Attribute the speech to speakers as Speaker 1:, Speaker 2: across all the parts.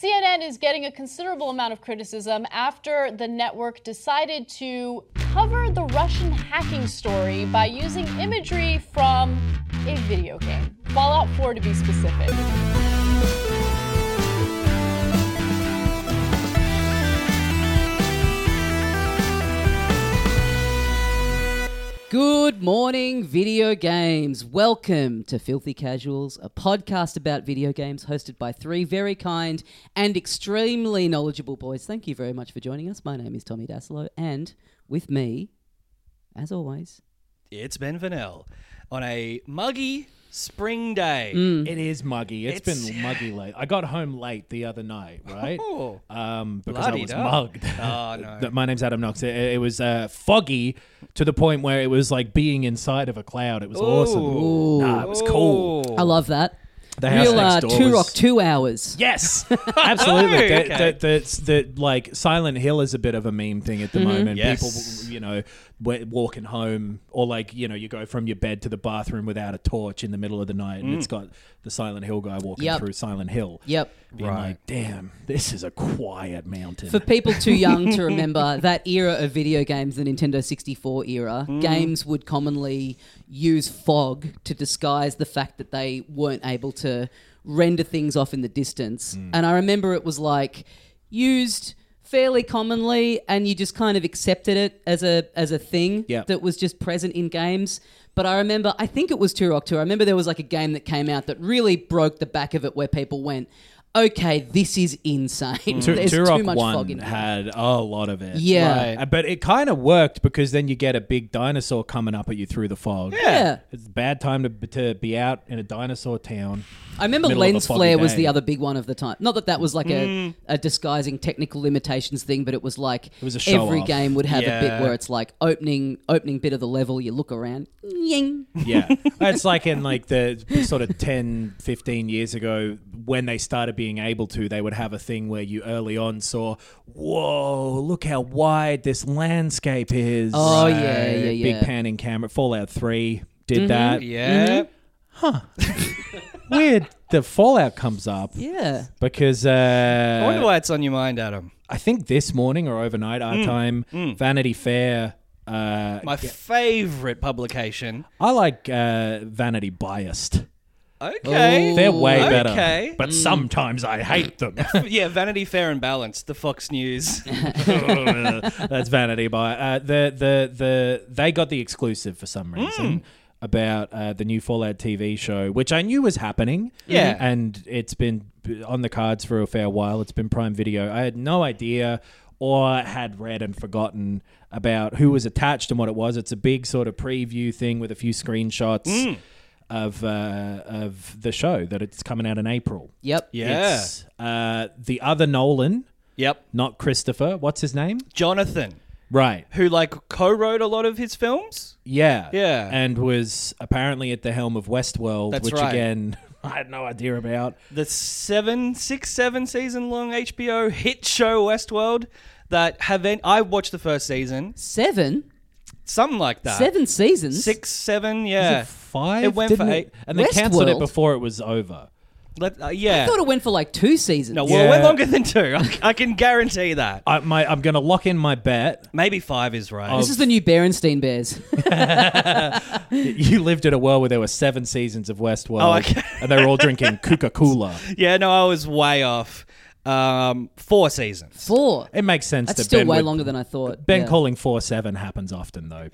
Speaker 1: CNN is getting a considerable amount of criticism after the network decided to cover the Russian hacking story by using imagery from a video game, Fallout 4 to be specific.
Speaker 2: Good morning, video games. Welcome to Filthy Casuals, a podcast about video games hosted by three very kind and extremely knowledgeable boys. Thank you very much for joining us. My name is Tommy Dasilo, and with me, as always,
Speaker 3: It's Ben Vanel on a muggy spring day.
Speaker 4: It is muggy.
Speaker 3: Mm. It's-
Speaker 4: it's been muggy late. I got home late the other night, right?
Speaker 3: Oh.
Speaker 4: Um, because I was
Speaker 3: Bloody duh.
Speaker 4: mugged.
Speaker 3: Oh, no.
Speaker 4: Th- My name's Adam Knox. It, it was uh, foggy to the point where it was like being inside of a cloud. It was awesome. Nah, it was cool.
Speaker 2: I love that.
Speaker 4: The house
Speaker 2: Real
Speaker 4: next
Speaker 2: uh,
Speaker 4: door
Speaker 2: two
Speaker 4: was-
Speaker 2: rock two hours.
Speaker 4: Yes, absolutely.
Speaker 3: Oh,
Speaker 4: That-
Speaker 3: okay.
Speaker 4: that- that's that. Like Silent Hill is a bit of a meme thing at the moment.
Speaker 3: Mm-hmm. Yes.
Speaker 4: People, you know, wa- walking home, or like you know, you go from your bed to the bathroom without a torch in the middle of the night, and
Speaker 3: Mm.
Speaker 4: it's got the Silent Hill guy walking
Speaker 2: Yep.
Speaker 4: through Silent Hill.
Speaker 2: Yep.
Speaker 4: Being like, damn, this is a quiet mountain.
Speaker 2: For people too young to remember that era of video games, the Nintendo 64 era, games would commonly use fog to disguise the fact that they weren't able to render things off in the distance. And I remember it was like used fairly commonly and you just kind of accepted it as a as a thing
Speaker 4: Yeah.
Speaker 2: that was just present in games. But I remember, I think it was Turok 2. I remember there was like a game that came out that really broke the back of it where people went, okay, this is insane.
Speaker 4: Tu-
Speaker 2: There's
Speaker 4: Turok
Speaker 2: too much
Speaker 4: One
Speaker 2: fog in here.
Speaker 4: had a lot of it.
Speaker 2: Yeah.
Speaker 4: Uh, but it kind of worked because then you get a big dinosaur coming up at you through the fog.
Speaker 2: Yeah.
Speaker 4: it's a bad time to to be out in a dinosaur town.
Speaker 2: I remember
Speaker 4: middle of a
Speaker 2: lens
Speaker 4: foggy
Speaker 2: flare was
Speaker 4: day. Mm.
Speaker 2: the other big one of the time. Not that that was like a, a disguising technical limitations thing, but it was like
Speaker 4: was a show
Speaker 2: every
Speaker 4: off.
Speaker 2: game would have a bit
Speaker 3: Yeah.
Speaker 2: where it's like opening opening bit of the level, you look around, ying.
Speaker 4: Yeah. it's like in like the sort of 10, 15 years ago when they started being able to, they would have a thing where you early on saw, whoa, look how wide this landscape is.
Speaker 2: Oh, yeah, yeah, yeah. Mm-hmm.
Speaker 4: Big panning camera. Fallout 3 did that.
Speaker 3: yeah.
Speaker 4: Mm-hmm. Weird. The Fallout comes up.
Speaker 2: Yeah.
Speaker 4: Because
Speaker 3: I wonder
Speaker 4: uh,
Speaker 3: why it's on your mind, Adam.
Speaker 4: I think this morning or overnight our time, Vanity Fair. Uh,
Speaker 3: My favorite publication.
Speaker 4: I like uh, Vanity Biased.
Speaker 3: Okay.
Speaker 4: They're way better.
Speaker 3: Okay.
Speaker 4: But sometimes I hate them.
Speaker 3: yeah, Vanity Fair and Balanced, the Fox News.
Speaker 4: That's vanity by uh, the the the they got the exclusive for
Speaker 3: Mm.
Speaker 4: some reason about uh, the new Fallout TV show, which I knew was happening.
Speaker 3: Yeah.
Speaker 4: and it's been on the cards for a fair while. It's been Prime Video. I had no idea or had read and forgotten about who was attached and what it was. It's a big sort of preview thing with a few screenshots.
Speaker 3: Mm.
Speaker 4: Of uh, of the show that it's coming out in April.
Speaker 2: Yep.
Speaker 3: Yeah.
Speaker 4: It's, uh, the other Nolan,
Speaker 3: yep.
Speaker 4: not Christopher. What's his name?
Speaker 3: Jonathan,
Speaker 4: Right.
Speaker 3: who like co-wrote a lot of his films.
Speaker 4: Yeah.
Speaker 3: Yeah.
Speaker 4: And was apparently at the helm of Westworld,
Speaker 3: That's
Speaker 4: which
Speaker 3: right.
Speaker 4: again I had no idea about.
Speaker 3: The seven, six, seven season long HBO hit show Westworld that have en- I watched the first season,
Speaker 2: Seven?
Speaker 3: something like
Speaker 4: Uh,
Speaker 3: that.
Speaker 2: seven seasons?
Speaker 3: Six, seven, yeah.
Speaker 4: Five.
Speaker 3: It went
Speaker 4: didn't
Speaker 3: for eight. Uh,
Speaker 4: And they cancelled it
Speaker 2: Westworld?
Speaker 4: before it was over.
Speaker 3: Let- uh,
Speaker 2: I
Speaker 3: yeah.
Speaker 2: thought it went for like two seasons.
Speaker 3: No, well, it went
Speaker 4: Yeah.
Speaker 3: longer than two. I, I can guarantee that.
Speaker 4: I, my, I'm going to lock in my bet.
Speaker 3: Maybe five is right.
Speaker 4: Oh.
Speaker 2: this is the new Berenstein Bears.
Speaker 4: You lived in a world where there were seven seasons of Westworld,
Speaker 3: Oh, okay.
Speaker 4: and they were all drinking Coca Cola.
Speaker 3: yeah, no, I was way off. Um, four seasons.
Speaker 2: Four.
Speaker 4: It makes sense.
Speaker 2: That's
Speaker 4: that
Speaker 2: still
Speaker 4: ben
Speaker 2: way
Speaker 4: would-
Speaker 2: longer than I thought.
Speaker 4: Ben
Speaker 2: Yeah.
Speaker 4: calling four seven happens often though.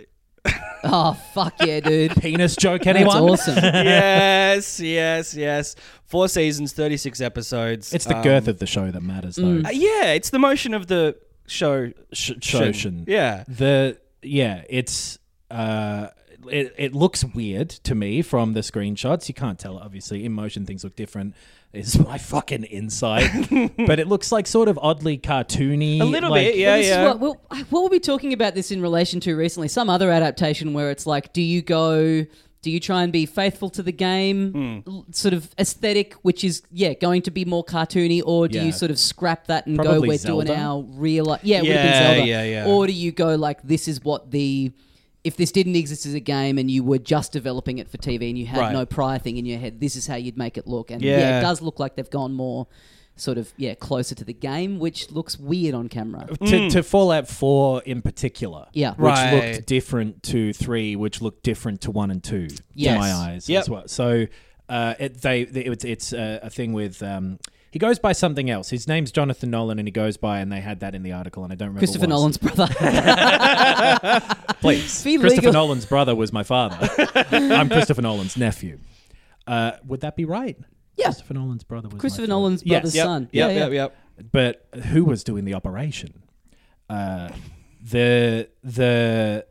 Speaker 2: Oh fuck yeah, dude.
Speaker 4: Penis joke,
Speaker 2: That's
Speaker 4: anyone?
Speaker 2: awesome.
Speaker 3: yes, yes, yes. Four seasons, 36 episodes.
Speaker 4: It's the
Speaker 3: Um,
Speaker 4: girth of the show that matters, though.
Speaker 2: Mm.
Speaker 3: uh, yeah, it's the motion of the show.
Speaker 4: Sh- Shoshin.
Speaker 3: Yeah.
Speaker 4: The yeah, it's uh, it it looks weird to me from the screenshots. You can't tell, obviously. In motion, things look different. Is my fucking insight, but it looks like sort of oddly cartoony.
Speaker 3: A little
Speaker 4: like-
Speaker 3: bit, yeah,
Speaker 2: This is
Speaker 3: yeah.
Speaker 2: what, we'll, what were we talking about this in relation to recently? Some other adaptation where it's like, do you go, do you try and be faithful to the game
Speaker 3: Hmm.
Speaker 2: l- sort of aesthetic, which is, yeah, going to be more cartoony, or do
Speaker 4: Yeah.
Speaker 2: you sort of scrap that and go,
Speaker 4: Probably
Speaker 2: we're
Speaker 4: Zelda.
Speaker 2: doing our real life? Yeah, it would
Speaker 3: Yeah,
Speaker 2: have been Zelda.
Speaker 3: yeah, yeah.
Speaker 2: Or do you go, like, this is what the. If this didn't exist as a game and you were just developing it for TV and you had
Speaker 3: Right.
Speaker 2: no prior thing in your head, this is how you'd make it look. And
Speaker 3: Yeah.
Speaker 2: yeah, it does look like they've gone more sort of, yeah, closer to the game, which looks weird on camera.
Speaker 4: to, to Fallout 4 in particular.
Speaker 2: Yeah.
Speaker 4: Which
Speaker 3: Mm. Right.
Speaker 4: looked different to 3, which looked different to 1 and 2
Speaker 2: Yes.
Speaker 4: in my eyes
Speaker 3: Yep.
Speaker 4: as well. So uh, it, they, they- it's, it's uh, a, a thing with. Um, he goes by something else. His name's Jonathan Nolan, and he goes by, and they had that in the article, and I don't remember.
Speaker 2: Christopher
Speaker 4: what.
Speaker 2: Nolan's brother.
Speaker 4: Please.
Speaker 2: Be
Speaker 4: Christopher
Speaker 2: legal.
Speaker 4: Nolan's brother was my father. I'm Christopher Nolan's nephew. Uh, would that be right?
Speaker 2: Yeah.
Speaker 4: Christopher Nolan's brother was my
Speaker 2: Christopher
Speaker 4: father.
Speaker 2: Nolan's
Speaker 4: Yes.
Speaker 2: brother's
Speaker 3: Yep,
Speaker 2: son.
Speaker 3: Yep,
Speaker 2: yeah, yeah.
Speaker 3: yep, yep.
Speaker 4: but who was doing the operation? Uh, the the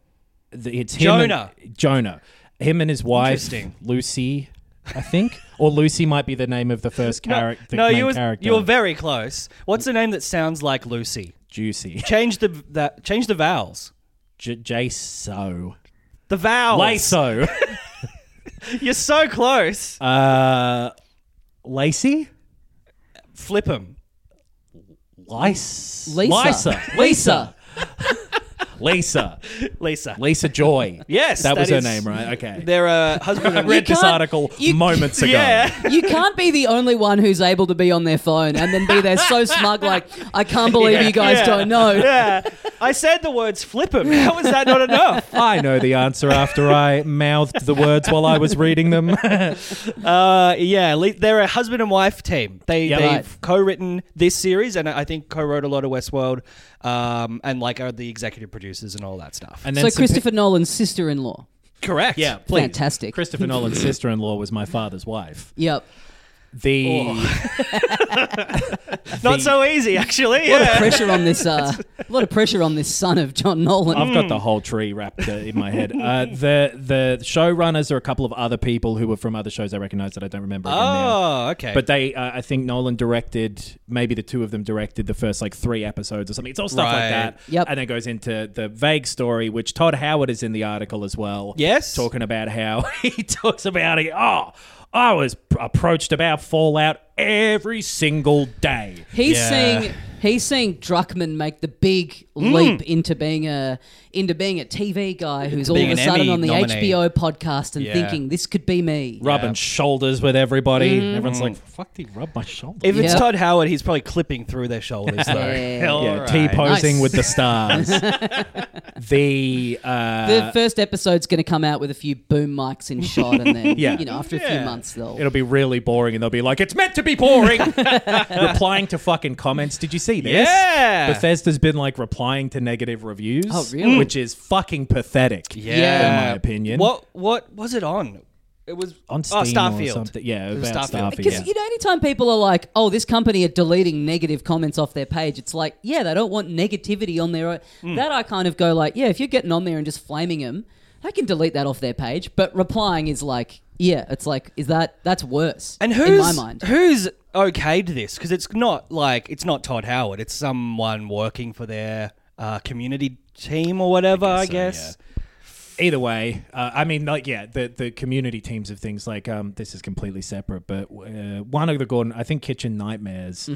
Speaker 4: the it's him and-
Speaker 3: Jonah.
Speaker 4: Jonah, him and his wife
Speaker 3: Interesting.
Speaker 4: Lucy, I think, or Lucy might be the name of the first character.
Speaker 3: No, you were
Speaker 4: character.
Speaker 3: you were very close. What's the name that sounds like Lucy?
Speaker 4: juicy.
Speaker 3: Change the that change the vowels.
Speaker 4: J- Jaso,
Speaker 3: The vowels.
Speaker 4: Laso,
Speaker 3: You're so close.
Speaker 4: uh, Lacey,
Speaker 3: Flip him.
Speaker 4: Lice,
Speaker 2: Lisa.
Speaker 4: Lisa,
Speaker 2: Lisa.
Speaker 4: Lisa,
Speaker 3: Lisa.
Speaker 4: Lisa Joy.
Speaker 3: Yes,
Speaker 4: that, was
Speaker 3: that
Speaker 4: her
Speaker 3: is-
Speaker 4: name, right? Okay.
Speaker 3: They're a husband
Speaker 4: I
Speaker 3: and
Speaker 4: read this
Speaker 2: can't-
Speaker 4: article
Speaker 2: you-
Speaker 4: moments ago.
Speaker 3: Yeah.
Speaker 2: you can't be the only one who's able to be on their phone and then be there so smug, like, I can't believe you guys
Speaker 3: Yeah.
Speaker 2: don't know.
Speaker 3: Yeah. I said the words flip him. How is that not enough?
Speaker 4: Oh, I know the answer after I mouthed the words while I was reading them.
Speaker 3: Uh, yeah, le- they're a husband and wife team. They
Speaker 4: Yeah,
Speaker 3: they've
Speaker 2: right.
Speaker 3: co-written this series, and I think co-wrote a lot of Westworld, um, and like are the executive producers and all that stuff.
Speaker 4: And
Speaker 2: So,
Speaker 4: some
Speaker 2: Christopher Nolan's sister in law.
Speaker 3: Correct.
Speaker 4: pi- yeah, please.
Speaker 2: Fantastic.
Speaker 4: Christopher Nolan's sister-in-law was my father's wife.
Speaker 2: Yep.
Speaker 4: The
Speaker 3: Oh. not so easy actually.
Speaker 2: A lot of
Speaker 3: Yeah.
Speaker 2: pressure on this. Uh, a lot of pressure on this son of John Nolan.
Speaker 3: Um,
Speaker 4: I've
Speaker 3: Hmm.
Speaker 4: got the whole tree wrapped uh, in my head. Uh, the the showrunners are a couple of other people who were from other shows I recognise that I don't remember. again now.
Speaker 3: Oh, okay.
Speaker 4: But they, uh, I think Nolan directed, maybe the two of them directed the first like three episodes or something. It's all stuff
Speaker 3: Right.
Speaker 4: like that.
Speaker 2: Yep.
Speaker 4: And then goes into the vague story, which Todd Howard is in the article as well.
Speaker 3: Yes.
Speaker 4: Talking about how he talks about it. Oh, I was p- approached about Fallout every single day.
Speaker 2: He's
Speaker 3: Yeah.
Speaker 2: seeing he's seeing Druckman make the big
Speaker 3: Mm.
Speaker 2: leap into being a into being a TV guy who's all of
Speaker 3: being
Speaker 2: a
Speaker 3: an
Speaker 2: sudden
Speaker 3: Emmy
Speaker 2: on the
Speaker 3: nominee.
Speaker 2: HBO podcast and
Speaker 3: Yeah.
Speaker 2: thinking this could be me.
Speaker 4: Rubbing shoulders with everybody.
Speaker 3: Mm-hmm.
Speaker 4: Everyone's like, "Fuck, did he rub my shoulder?"
Speaker 3: if it's
Speaker 2: Yeah.
Speaker 3: Todd Howard, he's probably clipping through their shoulders though.
Speaker 2: Yeah.
Speaker 3: All
Speaker 4: yeah,
Speaker 3: right.
Speaker 4: T posing
Speaker 2: Nice.
Speaker 4: with the stars. the uh,
Speaker 2: The first episode's going to come out with a few boom mics in shot, and then
Speaker 4: Yeah.
Speaker 2: you know after a
Speaker 3: Yeah.
Speaker 2: few months they'll.
Speaker 4: It'll be really boring, and they'll be like, "It's meant to be boring." replying to fucking comments. Did you see this?
Speaker 3: Yeah.
Speaker 4: Bethesda's been like replying to negative reviews.
Speaker 2: Oh, really?
Speaker 4: Which is fucking pathetic.
Speaker 3: Yeah.
Speaker 4: in my opinion.
Speaker 3: What what was it on? It was
Speaker 4: On Steam
Speaker 3: oh,
Speaker 4: or
Speaker 3: Starfield.
Speaker 4: something. Yeah,
Speaker 3: It was
Speaker 4: about
Speaker 3: Starfield.
Speaker 4: Starfield.
Speaker 2: because
Speaker 4: Yeah.
Speaker 2: you know, anytime people are like, "Oh, this company are deleting negative comments off their page," it's like, yeah, they don't want negativity on their. own.
Speaker 4: Mm.
Speaker 2: That I kind of go like, yeah, if you're getting on there and just flaming them, I can delete that off their page. But replying is like, yeah, it's like, is that that's worse?
Speaker 3: And who's
Speaker 2: in my mind?
Speaker 3: who's okayed this? Because it's not like it's not Todd Howard. It's someone working for their uh, community team or whatever. I guess.
Speaker 4: So, yeah. Either way, uh, I mean, like, yeah, the, the community teams of things like um, this is completely separate, but uh, one of the Gordon, I think, Kitchen Nightmares,
Speaker 3: Oh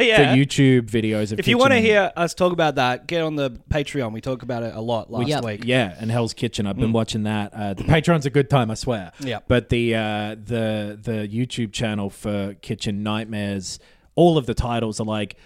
Speaker 3: yeah.
Speaker 4: the YouTube videos of
Speaker 3: if you want to
Speaker 4: kitchen-
Speaker 3: hear us talk about that, get on the Patreon. We talk about it a lot last
Speaker 2: Yep.
Speaker 3: week.
Speaker 4: Yeah, and Hell's Kitchen. I've been watching that. Uh, the Patreon's a good time, I swear.
Speaker 3: Mm. Yeah.
Speaker 4: But the uh, the the YouTube channel for Kitchen Nightmares, all of the titles are like.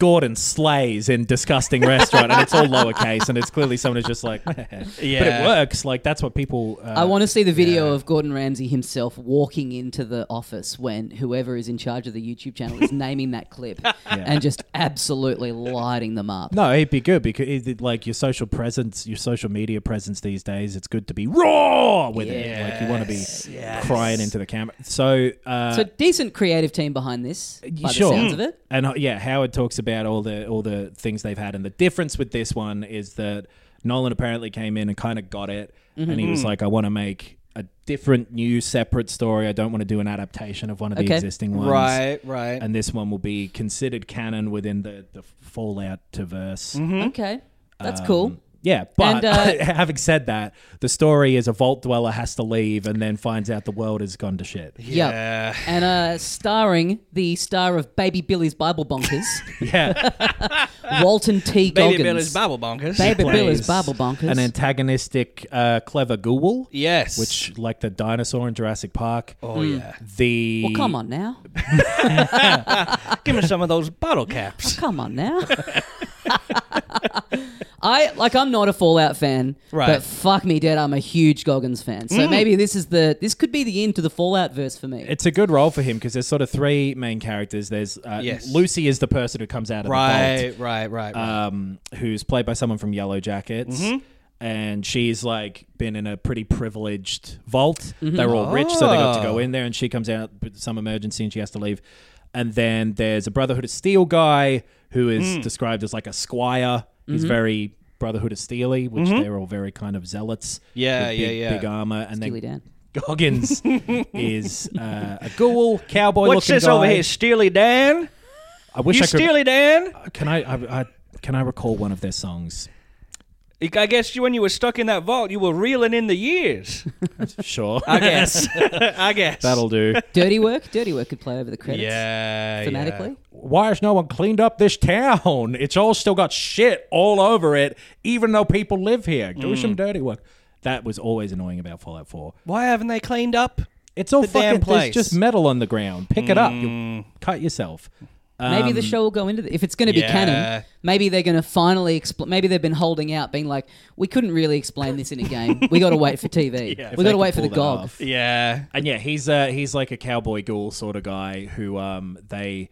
Speaker 4: Gordon slays in disgusting restaurant, and it's all lowercase, and it's clearly someone who's just like, but it
Speaker 3: Yeah.
Speaker 4: works. Like that's what people. Uh,
Speaker 2: I want to see the video of Gordon Ramsay himself walking into the office when whoever is in charge of the YouTube channel is naming that clip and just absolutely lighting them up.
Speaker 4: No, it'd be good because it, it- like your social presence, your social media presence these days, it's good to be raw with it. Like you want to be crying into the camera. So, uh,
Speaker 2: So decent creative team behind this, by
Speaker 4: sure.
Speaker 2: the sounds of it.
Speaker 4: and uh, yeah, Howard talks about all the all the things they've had, and the difference with this one is that Nolan apparently came in and kind of got it, and he was
Speaker 2: Mm-hmm.
Speaker 4: like, "I want to make a different, new, separate story. I don't want to do an adaptation of one of the
Speaker 2: Okay.
Speaker 4: existing ones."
Speaker 3: Right, right.
Speaker 4: And this one will be considered canon within the, the Fallout verse.
Speaker 3: Mm-hmm.
Speaker 2: Okay, that's cool.
Speaker 4: Yeah, but
Speaker 2: And, uh,
Speaker 4: having said that, the story is a vault dweller has to leave and then finds out the world has gone to shit.
Speaker 2: Yeah. And uh, starring the star of Baby Billy's Bible Bonkers,
Speaker 4: Yeah,
Speaker 2: Walton T. Goggins.
Speaker 3: Baby Billy's Bible bonkers.
Speaker 2: Baby Billy's
Speaker 4: plays
Speaker 2: Bible Bonkers.
Speaker 4: An antagonistic, uh, clever ghoul.
Speaker 3: Yes.
Speaker 4: Which, like the dinosaur in Jurassic Park.
Speaker 3: Oh yeah.
Speaker 4: The
Speaker 2: well, come on now.
Speaker 3: Give me some of those bottle caps.
Speaker 2: Come on now. I like I'm not a Fallout fan,
Speaker 3: Right. Mm.
Speaker 2: but fuck me dead, I'm a huge Goggins fan. So maybe this is the this could be the end to the Fallout verse for me.
Speaker 4: It's a good role for him because there's sort of three main characters. There's uh,
Speaker 3: Yes.
Speaker 4: Lucy is the person who comes out of the vault.
Speaker 3: Right, right, right. right.
Speaker 4: um, who's played by someone from Yellow Jackets.
Speaker 3: Mm-hmm.
Speaker 4: And she's like been in a pretty privileged vault.
Speaker 3: Mm-hmm.
Speaker 4: They're all rich, so they got to
Speaker 3: Ah.
Speaker 4: go in there. And she comes out with some emergency, and she has to leave. And then there's a Brotherhood of Steel guy who is
Speaker 3: Mm.
Speaker 4: described as like a squire. He's
Speaker 3: Mm-hmm.
Speaker 4: very Brotherhood of Steely, which they're all very kind of zealots.
Speaker 3: Yeah,
Speaker 4: with
Speaker 3: yeah,
Speaker 4: big,
Speaker 3: yeah.
Speaker 4: Big armor, and
Speaker 2: Steely
Speaker 4: then
Speaker 2: Dan.
Speaker 4: Goggins is uh, a ghoul cowboy.
Speaker 3: What's
Speaker 4: looking
Speaker 3: this
Speaker 4: guy.
Speaker 3: over here, Steely Dan?
Speaker 4: I wish
Speaker 3: You
Speaker 4: I could.
Speaker 3: Steely Dan?
Speaker 4: Can I, I, I? Can I recall one of their songs?
Speaker 3: I guess you, when you were stuck in that vault, you were reeling in the years.
Speaker 4: Sure.
Speaker 3: I guess. I guess.
Speaker 4: That'll do.
Speaker 2: Dirty Work, Dirty Work could play over the credits.
Speaker 3: Yeah.
Speaker 2: Thematically.
Speaker 4: Why has no one cleaned up this town? It's all still got shit all over it, even though people live here. Do some dirty work. That was always annoying about Fallout 4.
Speaker 3: Why haven't they cleaned up?
Speaker 4: It's all
Speaker 3: The damn
Speaker 4: fucking there's
Speaker 3: place.
Speaker 4: just metal on the ground. Pick it up. You cut yourself.
Speaker 2: Maybe the show will go into the, if it's going to be
Speaker 3: Um, yeah.
Speaker 2: canon. Maybe they're going to finally explain. Maybe they've been holding out, being like, "We couldn't really explain this in a game. We got to wait for TV.
Speaker 4: If
Speaker 2: we
Speaker 4: they
Speaker 2: got to wait for
Speaker 4: can
Speaker 2: the
Speaker 4: pull that
Speaker 2: GOG."
Speaker 4: off.
Speaker 3: Yeah.
Speaker 4: And yeah, he's uh, he's like a cowboy ghoul sort of guy who um, they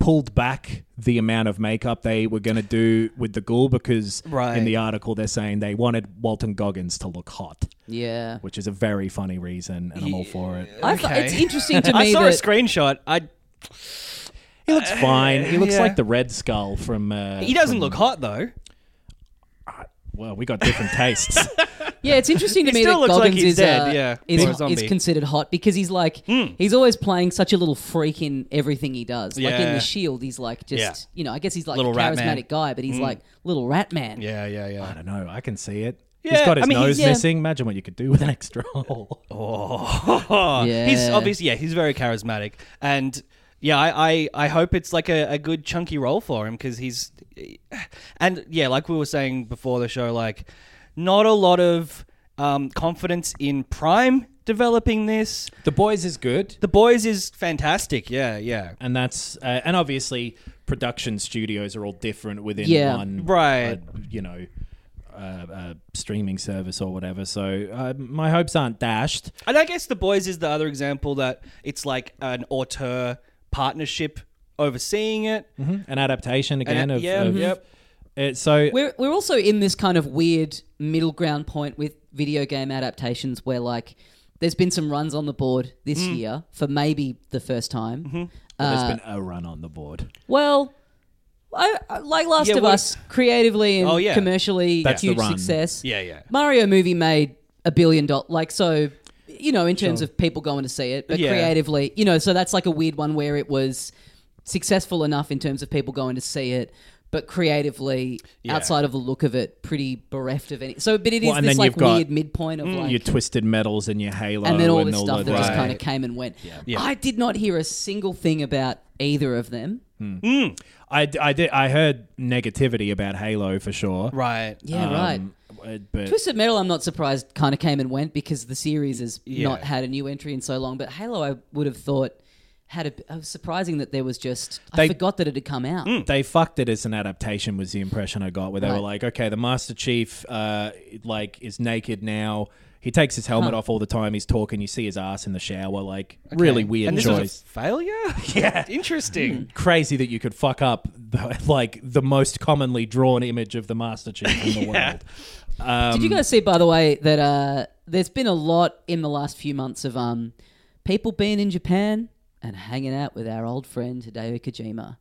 Speaker 4: pulled back the amount of makeup they were going to do with the ghoul because
Speaker 3: Right.
Speaker 4: in the article they're saying they wanted Walton Goggins to look hot.
Speaker 2: Yeah,
Speaker 4: which is a very funny reason, and I'm all for it.
Speaker 2: I thought it's interesting to
Speaker 3: I
Speaker 2: me
Speaker 3: saw a
Speaker 2: that
Speaker 3: screenshot. I
Speaker 4: He looks fine. He looks
Speaker 3: yeah.
Speaker 4: like the Red Skull from. Uh,
Speaker 3: he doesn't
Speaker 4: from-
Speaker 3: look hot though.
Speaker 4: Well, we got different tastes.
Speaker 2: Yeah, it's interesting to
Speaker 3: He
Speaker 2: me
Speaker 3: still
Speaker 2: that
Speaker 3: looks
Speaker 2: Goggins
Speaker 3: like he's
Speaker 2: is,
Speaker 3: dead,
Speaker 2: uh,
Speaker 3: yeah,
Speaker 2: is,
Speaker 3: or a zombie. Hmm.
Speaker 2: is considered hot because he's like he's always playing such a little freak in everything he does. Like in
Speaker 3: Yeah.
Speaker 2: the Shield, he's like just
Speaker 3: Yeah.
Speaker 2: you know I guess he's like
Speaker 3: Little
Speaker 2: a
Speaker 3: rat man. Hmm.
Speaker 2: charismatic guy, but he's like little rat man.
Speaker 3: Yeah, yeah, yeah.
Speaker 4: I don't know. I can see it. he's
Speaker 3: Yeah,
Speaker 4: got his
Speaker 3: I mean, he's-
Speaker 4: nose
Speaker 2: yeah.
Speaker 4: missing. Imagine what you could do with an extra hole.
Speaker 3: Oh, he's
Speaker 2: Yeah.
Speaker 3: obviously yeah, he's very charismatic, and yeah, I I, I hope it's like a, a good chunky role for him because he's, and yeah, like we were saying before the show, like not a lot of um, confidence in Prime developing this.
Speaker 4: The boys is good,
Speaker 3: The boys is fantastic. Yeah, yeah.
Speaker 4: and that's uh, and obviously production studios are all different within
Speaker 2: Yeah.
Speaker 4: one,
Speaker 3: Right.
Speaker 4: uh, you know. Uh, uh, streaming service or whatever. So uh, my hopes aren't dashed.
Speaker 3: And I guess The Boys is the other example that it's like an auteur partnership overseeing it.
Speaker 4: An adaptation again
Speaker 3: An-
Speaker 4: of,
Speaker 3: yeah, mm-hmm.
Speaker 4: of
Speaker 3: yep.
Speaker 4: it. So
Speaker 2: We're we're also in this kind of weird middle ground point with video game adaptations where like there's been some runs on the board this
Speaker 3: Hmm.
Speaker 2: year for maybe the first time.
Speaker 3: Mm-hmm. Uh,
Speaker 4: there's been a run on the board.
Speaker 2: Well. I, I- like Last
Speaker 3: Yeah,
Speaker 2: of
Speaker 3: what-
Speaker 2: Us, creatively and
Speaker 3: Oh, yeah.
Speaker 2: commercially,
Speaker 4: That's the
Speaker 2: huge
Speaker 4: run.
Speaker 2: success.
Speaker 3: Yeah, yeah.
Speaker 2: Mario movie made a billion dollars. Like, so, you know, in terms of people going to see it, but
Speaker 3: Yeah.
Speaker 2: creatively, you know, so that's like a weird one where it was successful enough in terms of people going to see it. But creatively, outside of the look of it, pretty bereft of any. So, but it is
Speaker 4: Well, and
Speaker 2: this
Speaker 4: then
Speaker 2: like
Speaker 4: you've got Mm,
Speaker 2: weird midpoint of like,
Speaker 4: your twisted metals and your halo
Speaker 2: and then all
Speaker 4: and
Speaker 2: this stuff
Speaker 4: of
Speaker 2: that just
Speaker 4: that.
Speaker 2: kind of came and went.
Speaker 3: Yeah.
Speaker 2: I did not hear a single thing about either of them.
Speaker 4: Um, I, d- I did I heard negativity about Halo for sure.
Speaker 3: Right.
Speaker 2: Yeah, right.
Speaker 4: right. But
Speaker 2: Twisted Metal, I'm not surprised, kind of came and went because the series has
Speaker 3: Yeah.
Speaker 2: not had a new entry in so long. But Halo, I would have thought had a. It was surprising that there was just. I
Speaker 4: They- Mm.
Speaker 2: forgot that it had come out.
Speaker 4: They fucked it as an adaptation was the impression I got where they
Speaker 2: Right.
Speaker 4: were like, okay, the Master Chief uh, like is naked now. He takes his helmet off all the time. He's talking. You see his ass in the shower. Like really weird
Speaker 3: and this
Speaker 4: choice.
Speaker 3: Is a failure? Yeah. Interesting.
Speaker 4: Crazy that you could fuck up the, like the most commonly drawn image of the Master Chief in the world.
Speaker 2: Did you guys see, by the way, that uh, there's been a lot in the last few months of um, people being in Japan and hanging out with our old friend Hideo Kojima.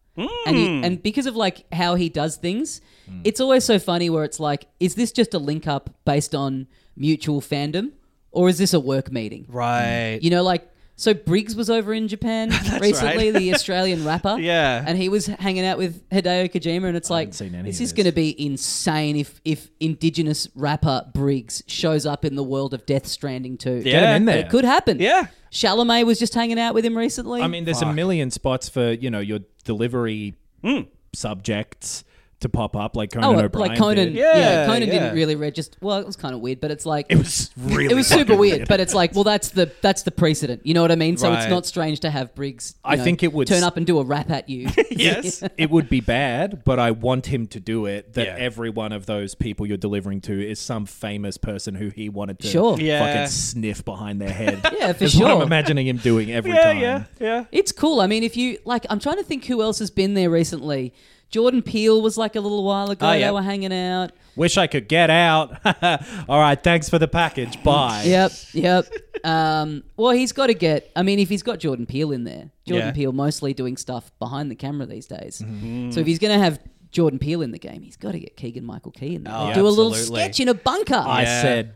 Speaker 2: And, he, and because of like how he does things, it's always so funny where it's like, is this just a link up based on mutual fandom, or is this a work meeting?
Speaker 3: Right.
Speaker 2: You know, like so Briggs was over in Japan recently,
Speaker 3: right.
Speaker 2: the Australian rapper.
Speaker 3: Yeah.
Speaker 2: And he was hanging out with Hideo Kojima and it's like
Speaker 4: seen any
Speaker 2: this
Speaker 4: of
Speaker 2: is
Speaker 4: this.
Speaker 2: gonna be insane if if indigenous rapper Briggs shows up in the world of Death Stranding too.
Speaker 4: Get him in
Speaker 3: Yeah.
Speaker 4: there.
Speaker 2: It could happen.
Speaker 3: Yeah.
Speaker 2: Chalamet was just hanging out with him recently.
Speaker 4: I mean, there's a million spots for you know your delivery
Speaker 3: Hmm.
Speaker 4: subjects to pop up, like Conan
Speaker 2: Oh,
Speaker 4: O'Brien.
Speaker 2: like Conan.
Speaker 4: did.
Speaker 2: Yeah,
Speaker 3: Yeah,
Speaker 2: Conan
Speaker 3: yeah.
Speaker 2: didn't really register. Well, it was kind of weird, but it's like
Speaker 4: It was really.
Speaker 2: it was super
Speaker 4: fucking
Speaker 2: weird, but it's like, well, that's the that's the precedent. You know what I mean? So it's
Speaker 3: Right.
Speaker 2: not strange to have Briggs. you
Speaker 4: I
Speaker 2: know,
Speaker 4: think it would
Speaker 2: turn
Speaker 4: s-
Speaker 2: up and do a rap at you.
Speaker 3: yes.
Speaker 4: it would be bad, but I want him to do it. That
Speaker 3: Yeah.
Speaker 4: every one of those people you're delivering to is some famous person who he wanted to
Speaker 2: Sure.
Speaker 4: fucking
Speaker 3: Yeah.
Speaker 4: sniff behind their head.
Speaker 2: Yeah, for
Speaker 4: That's what I'm
Speaker 2: sure.
Speaker 4: imagining him doing every
Speaker 3: Yeah.
Speaker 4: time.
Speaker 3: Yeah. Yeah.
Speaker 2: It's cool. I mean, if you like, I'm trying to think who else has been there recently. Jordan Peele was like a little while ago.
Speaker 4: Oh, yeah.
Speaker 2: They were hanging out.
Speaker 4: Wish I could get out. All right, thanks for the package. Bye.
Speaker 2: Yep, yep. um, well, he's got to get. I mean, if he's got Jordan Peele in there, Jordan
Speaker 3: Yeah.
Speaker 2: Peele mostly doing stuff behind the camera these days.
Speaker 4: Mm-hmm.
Speaker 2: So if he's going to have Jordan Peele in the game, he's got to get Keegan Michael Key in there.
Speaker 3: Oh,
Speaker 2: Do a little
Speaker 3: absolutely.
Speaker 2: sketch in a bunker.
Speaker 4: I
Speaker 3: Yeah.
Speaker 4: said,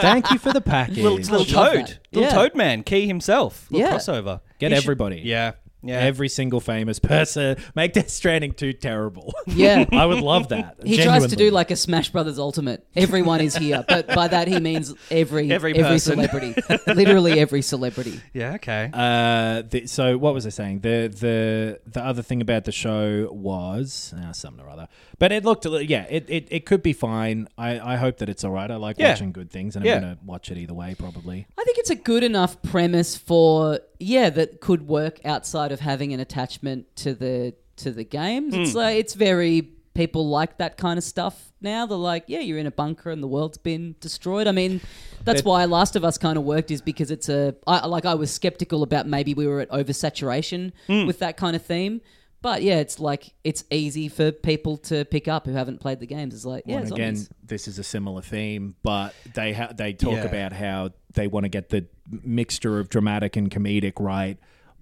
Speaker 4: thank you for the package.
Speaker 3: Little, little
Speaker 2: love
Speaker 3: toad.
Speaker 2: that.
Speaker 3: Little
Speaker 2: Yeah.
Speaker 3: toad man. Key himself. Little
Speaker 2: Yeah.
Speaker 3: crossover.
Speaker 4: Get
Speaker 3: He should-
Speaker 4: everybody.
Speaker 3: yeah. Yeah.
Speaker 4: Every single famous person make Death Stranding too terrible.
Speaker 2: Yeah.
Speaker 4: I would love that.
Speaker 2: He tries to
Speaker 4: Genuinely.
Speaker 2: do like a Smash Brothers Ultimate. Everyone is here, but by that he means every
Speaker 3: Every
Speaker 2: every,
Speaker 3: person.
Speaker 2: celebrity, literally every celebrity.
Speaker 3: yeah. Okay.
Speaker 4: Uh, the, so what was I saying? The the the other thing about the show was uh, something or other, but it looked a li- yeah, it, it, it could be fine. I, I hope that it's all right. I like
Speaker 3: Yeah.
Speaker 4: watching good things, and
Speaker 3: Yeah.
Speaker 4: I'm gonna watch it either way probably.
Speaker 2: I think it's a good enough premise for yeah that could work outside of having an attachment to the to the games. It's like it's very people like that kind of stuff now. They're like, yeah, you're in a bunker and the world's been destroyed. I mean, that's why Last of Us kind of worked is because it's a I, like I was skeptical about maybe we were at oversaturation with that kind of theme. But yeah, it's like it's easy for people to pick up who haven't played the games. It's like yeah,
Speaker 4: and again,
Speaker 2: zombies.
Speaker 4: this is a similar theme, but they ha- they talk
Speaker 3: Yeah.
Speaker 4: about how they want to get the m- mixture of dramatic and comedic right,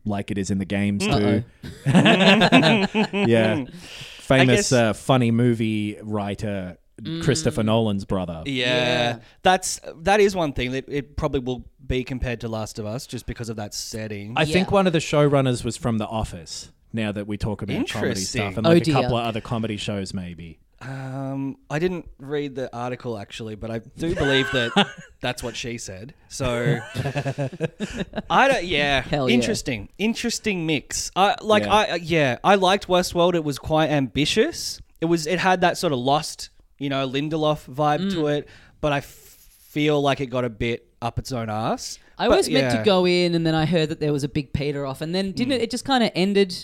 Speaker 4: like it is in the games too. yeah, famous
Speaker 3: guess-
Speaker 4: uh, funny movie writer Christopher Nolan's brother.
Speaker 3: Yeah. that's that is one thing that it probably will be compared to Last of Us just because of that setting.
Speaker 4: I think
Speaker 2: Yeah.
Speaker 4: one of the showrunners was from The Office. Now that we talk about comedy
Speaker 3: Interesting.
Speaker 4: stuff and
Speaker 2: Oh,
Speaker 4: like a
Speaker 2: dear.
Speaker 4: couple of other comedy shows, maybe.
Speaker 3: um, I didn't read the article actually, but I do believe that that's what she said. So I don't. Yeah,
Speaker 2: Hell yeah.
Speaker 3: interesting, interesting mix. I like.
Speaker 4: Yeah.
Speaker 3: I I- yeah, I liked Westworld. It was quite ambitious. It was. It had that sort of lost, you know, Lindelof vibe to
Speaker 2: Mm.
Speaker 3: it. But I f- feel like it got a bit up its own ass.
Speaker 2: I
Speaker 3: But
Speaker 2: was meant
Speaker 3: yeah.
Speaker 2: to go in, and then I heard that there was a big Peter off, and then didn't it? It just kind of ended,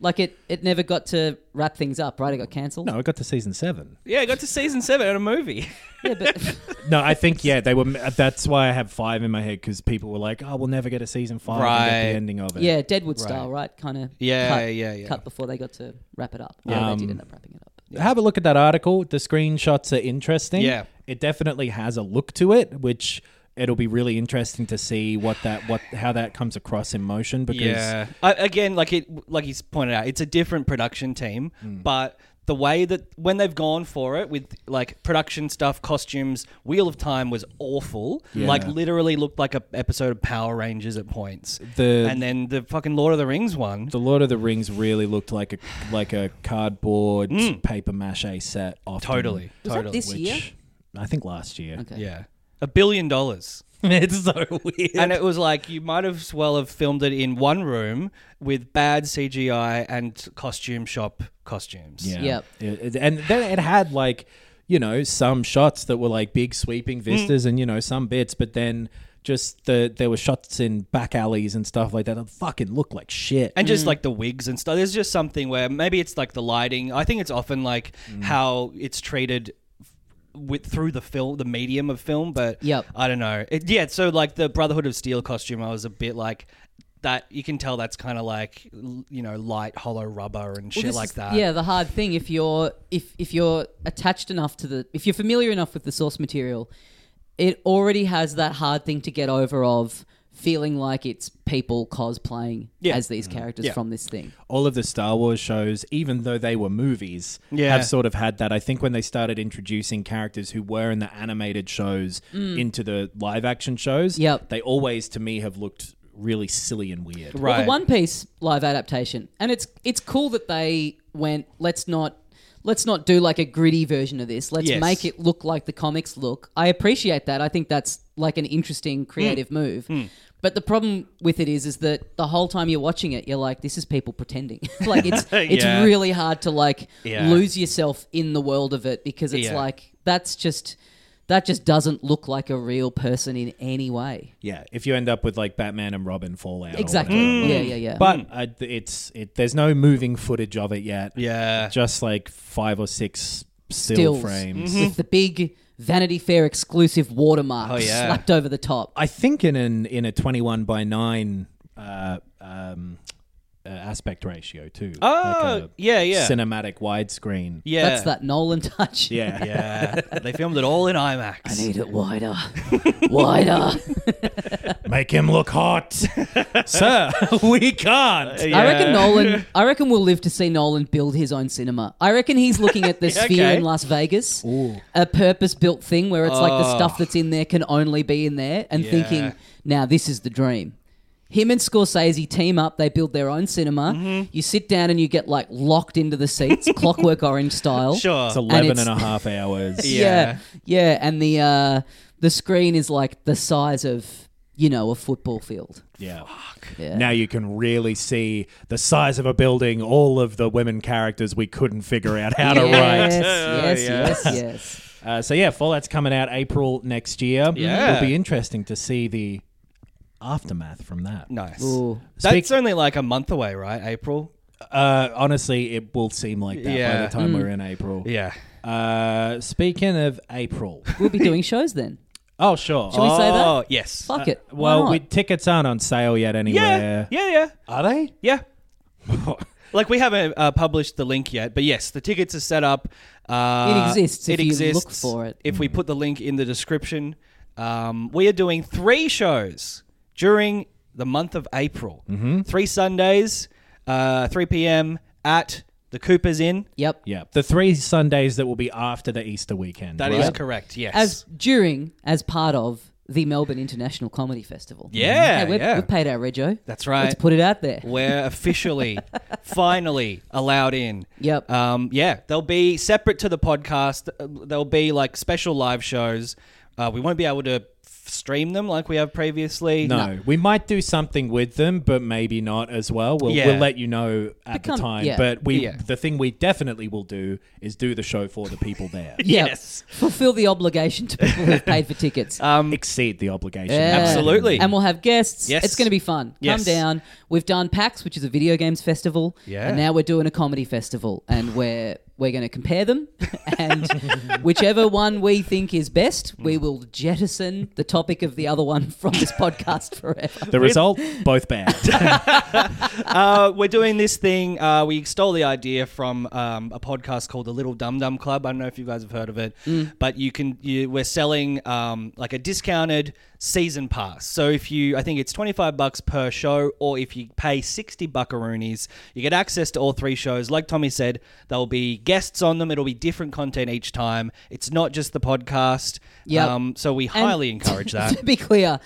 Speaker 2: like it. It never got to wrap things up, right? It got cancelled.
Speaker 4: No, I got to season seven.
Speaker 3: Yeah, I got to season seven at a movie.
Speaker 2: Yeah, but
Speaker 4: No, I think yeah, they were. That's why I have five in my head because people were like, "Oh, we'll never get a season five and get
Speaker 3: Right.
Speaker 4: the ending of it."
Speaker 2: yeah, Deadwood style, right? Kind of.
Speaker 3: Yeah,
Speaker 2: cut,
Speaker 3: yeah, yeah.
Speaker 2: Cut before they got to wrap it up. Um, Yeah, they did end up wrapping it up.
Speaker 4: Have a look at that article. The screenshots are interesting.
Speaker 3: Yeah.
Speaker 4: it definitely has a look to it, which it'll be really interesting to see what that what how that comes across in motion because
Speaker 3: Yeah. I, again, like it, like he's pointed out, it's a different production team,
Speaker 4: Mm.
Speaker 3: but the way that when they've gone for it with like production stuff, costumes, Wheel of Time was awful. Like literally looked like a episode of Power Rangers at points.
Speaker 4: The-
Speaker 3: and then the fucking Lord of the Rings one.
Speaker 4: The Lord of the Rings really looked like a like a cardboard paper mache set. Often,
Speaker 3: Mm. totally,
Speaker 2: Was
Speaker 3: totally.
Speaker 2: that this
Speaker 4: which
Speaker 2: year?
Speaker 4: I think last year.
Speaker 2: Okay.
Speaker 3: yeah, a billion dollars.
Speaker 4: it's so weird.
Speaker 3: And it was like you might as well have filmed it in one room with bad CGI and costume shop costumes.
Speaker 4: yeah.
Speaker 2: Yep.
Speaker 4: It- it- and then it had like you know some shots that were like big sweeping vistas and you know some bits, but then just the there were shots in back alleys and stuff like that that fucking look like shit.
Speaker 3: and
Speaker 2: Mm.
Speaker 3: just like the wigs and stuff. There's just something where maybe it's like the lighting. I think it's often like
Speaker 2: Mm.
Speaker 3: how it's treated f- with through the film, the medium of film. But
Speaker 2: Yep.
Speaker 3: I don't know. It, yeah, so like the Brotherhood of Steel costume, I was a bit like that. You can tell that's kind of like l- you know light hollow rubber and
Speaker 2: Well,
Speaker 3: shit
Speaker 2: this
Speaker 3: like
Speaker 2: is-
Speaker 3: that.
Speaker 2: Yeah, the hard thing if you're if if you're attached enough to the if you're familiar enough with the source material, it already has that hard thing to get over of feeling like it's people cosplaying
Speaker 3: Yeah.
Speaker 2: as these characters
Speaker 3: Yeah.
Speaker 2: from this thing.
Speaker 4: all of the Star Wars shows, even though they were movies,
Speaker 3: Yeah.
Speaker 4: have sort of had that. I think when they started introducing characters who were in the animated shows into the live action shows,
Speaker 2: Yep.
Speaker 4: they always, to me, have looked really silly and weird.
Speaker 3: right.
Speaker 2: The One Piece live adaptation, and it's it's cool that they went. Let's not let's not do like a gritty version of this. Let's
Speaker 3: Yes.
Speaker 2: make it look like the comics look. I appreciate that. I think that's like an interesting creative
Speaker 3: Hmm.
Speaker 2: move. But the problem with it is, is that the whole time you're watching it, you're like, this is people pretending. like it's it's
Speaker 3: Yeah.
Speaker 2: really hard to like
Speaker 3: Yeah.
Speaker 2: lose yourself in the world of it because it's
Speaker 3: Yeah.
Speaker 2: like that's just. That just doesn't look like a real person in any way.
Speaker 3: Oh
Speaker 4: Yeah, if you end up with like Batman and Robin Fallout. or
Speaker 2: Exactly.
Speaker 4: whatever.
Speaker 3: Hmm.
Speaker 2: Yeah, yeah, yeah.
Speaker 4: But uh, it's it. There's no moving footage of it yet.
Speaker 3: Yeah.
Speaker 4: just like five or six still
Speaker 2: stills
Speaker 3: Hmm.
Speaker 4: frames.
Speaker 2: with the big Vanity Fair exclusive watermark
Speaker 3: Oh, yeah. Oh,
Speaker 2: slapped over the top.
Speaker 4: I think in an in a 21 by nine uh, um, uh, aspect ratio too.
Speaker 3: Oh,
Speaker 4: a
Speaker 3: yeah, yeah.
Speaker 4: Cinematic widescreen.
Speaker 3: yeah.
Speaker 2: That's that Nolan touch.
Speaker 4: Yeah.
Speaker 3: Yeah, they filmed it all in IMAX.
Speaker 2: I need it wider, wider.
Speaker 4: Make him look hot, sir. We
Speaker 3: Uh,
Speaker 4: can't.
Speaker 2: I reckon Nolan. I reckon we'll live to see Nolan build his own cinema. I reckon he's looking at the Sphere
Speaker 3: okay.
Speaker 2: in Las Vegas, a purpose-built thing where it's like the stuff that's in there can only be in there, and
Speaker 3: Yeah.
Speaker 2: thinking, now this is the dream. Him and Scorsese team up. They build their own cinema.
Speaker 3: Mm-hmm.
Speaker 2: You sit down and you get like locked into the seats, Clockwork Orange style.
Speaker 3: Sure.
Speaker 4: It's 11
Speaker 2: it's-
Speaker 4: and a half hours.
Speaker 3: Yeah.
Speaker 2: yeah, yeah, and the uh, the screen is like the size of you know a football field.
Speaker 4: Yeah.
Speaker 2: Yeah.
Speaker 4: Now you can really see the size of a building, all of the women characters we couldn't figure out how to
Speaker 2: yes,
Speaker 4: write.
Speaker 3: Oh,
Speaker 2: yes, yes, yes,
Speaker 4: Uh, so, yeah, Fallout's coming out April next year.
Speaker 3: Yeah.
Speaker 4: It'll be interesting to see the aftermath from that.
Speaker 3: Nice.
Speaker 2: Ooh.
Speaker 3: That's only like a month away, right? April.
Speaker 4: Uh, honestly, it will seem like that by
Speaker 3: Yeah.
Speaker 4: the time we're
Speaker 2: Mm.
Speaker 4: in April.
Speaker 3: Yeah.
Speaker 4: Uh, speaking of April.
Speaker 2: We'll be doing shows then.
Speaker 4: oh, sure.
Speaker 2: Shall we say that?
Speaker 3: Oh yes.
Speaker 2: Fuck it. Why
Speaker 4: well,
Speaker 2: not?
Speaker 4: we, tickets aren't on sale yet
Speaker 3: yeah.
Speaker 4: anywhere.
Speaker 3: Yeah. Yeah.
Speaker 4: Are they?
Speaker 3: Yeah. like we haven't uh, published the link yet, but yes, the tickets are set up. Uh,
Speaker 2: It exists if you look for it. Mm-hmm.
Speaker 3: If we put the link in the description, um, we are doing three shows during the month of April. Mm-hmm. Three Sundays, uh, 3 p.m. at the Cooper's Inn.
Speaker 2: yep.
Speaker 4: Yeah, the three Sundays that will be after the Easter weekend.
Speaker 3: That is
Speaker 4: right?
Speaker 3: correct. Yes.
Speaker 2: As during as part of the Melbourne International Comedy Festival.
Speaker 3: Yeah,
Speaker 2: Hey, we've,
Speaker 3: yeah.
Speaker 2: we've paid our rego.
Speaker 3: That's right.
Speaker 2: Let's put it out there.
Speaker 3: We're officially, finally allowed in.
Speaker 2: Yep.
Speaker 3: Um, yeah, they'll be separate to the podcast. Uh, There'll be like special live shows. Uh, we won't be able to f- stream them like we have previously.
Speaker 4: No, we might do something with them, but maybe not as well. We'll,
Speaker 3: Yeah.
Speaker 4: we'll let you know at
Speaker 2: Become-
Speaker 4: the time.
Speaker 2: yeah.
Speaker 4: But we,
Speaker 3: Yeah.
Speaker 4: the thing we definitely will do is do the show for the people there.
Speaker 2: Yep.
Speaker 3: Yes.
Speaker 2: Fulfill the obligation to people who've paid for tickets.
Speaker 4: Exceed the obligation.
Speaker 2: Yeah.
Speaker 3: Absolutely.
Speaker 2: And we'll have guests.
Speaker 3: Yes.
Speaker 2: It's going to be fun.
Speaker 3: Yes.
Speaker 2: Come down. We've done PAX, which is a video games festival.
Speaker 3: Yeah.
Speaker 2: And now we're doing a comedy festival, and we're we're going to compare them, and whichever one we think is best, we
Speaker 3: Mm.
Speaker 2: will jettison the topic of the other one from this podcast forever.
Speaker 4: The result, both bad.
Speaker 3: Uh, we're doing this thing. Uh, we stole the idea from um, a podcast called the Little Dum Dum Club. I don't know if you guys have heard of it,
Speaker 2: Mm.
Speaker 3: but you can. You, we're selling um, like a discounted season pass. So if you, I think it's twenty five bucks per show, or if you pay sixty buckaroonies, you get access to all three shows. Like Tommy said, there'll be guests on them. It'll be different content each time. It's not just the podcast. Um,
Speaker 2: Yep.
Speaker 3: so we
Speaker 2: And
Speaker 3: highly encourage that.
Speaker 2: to be clear.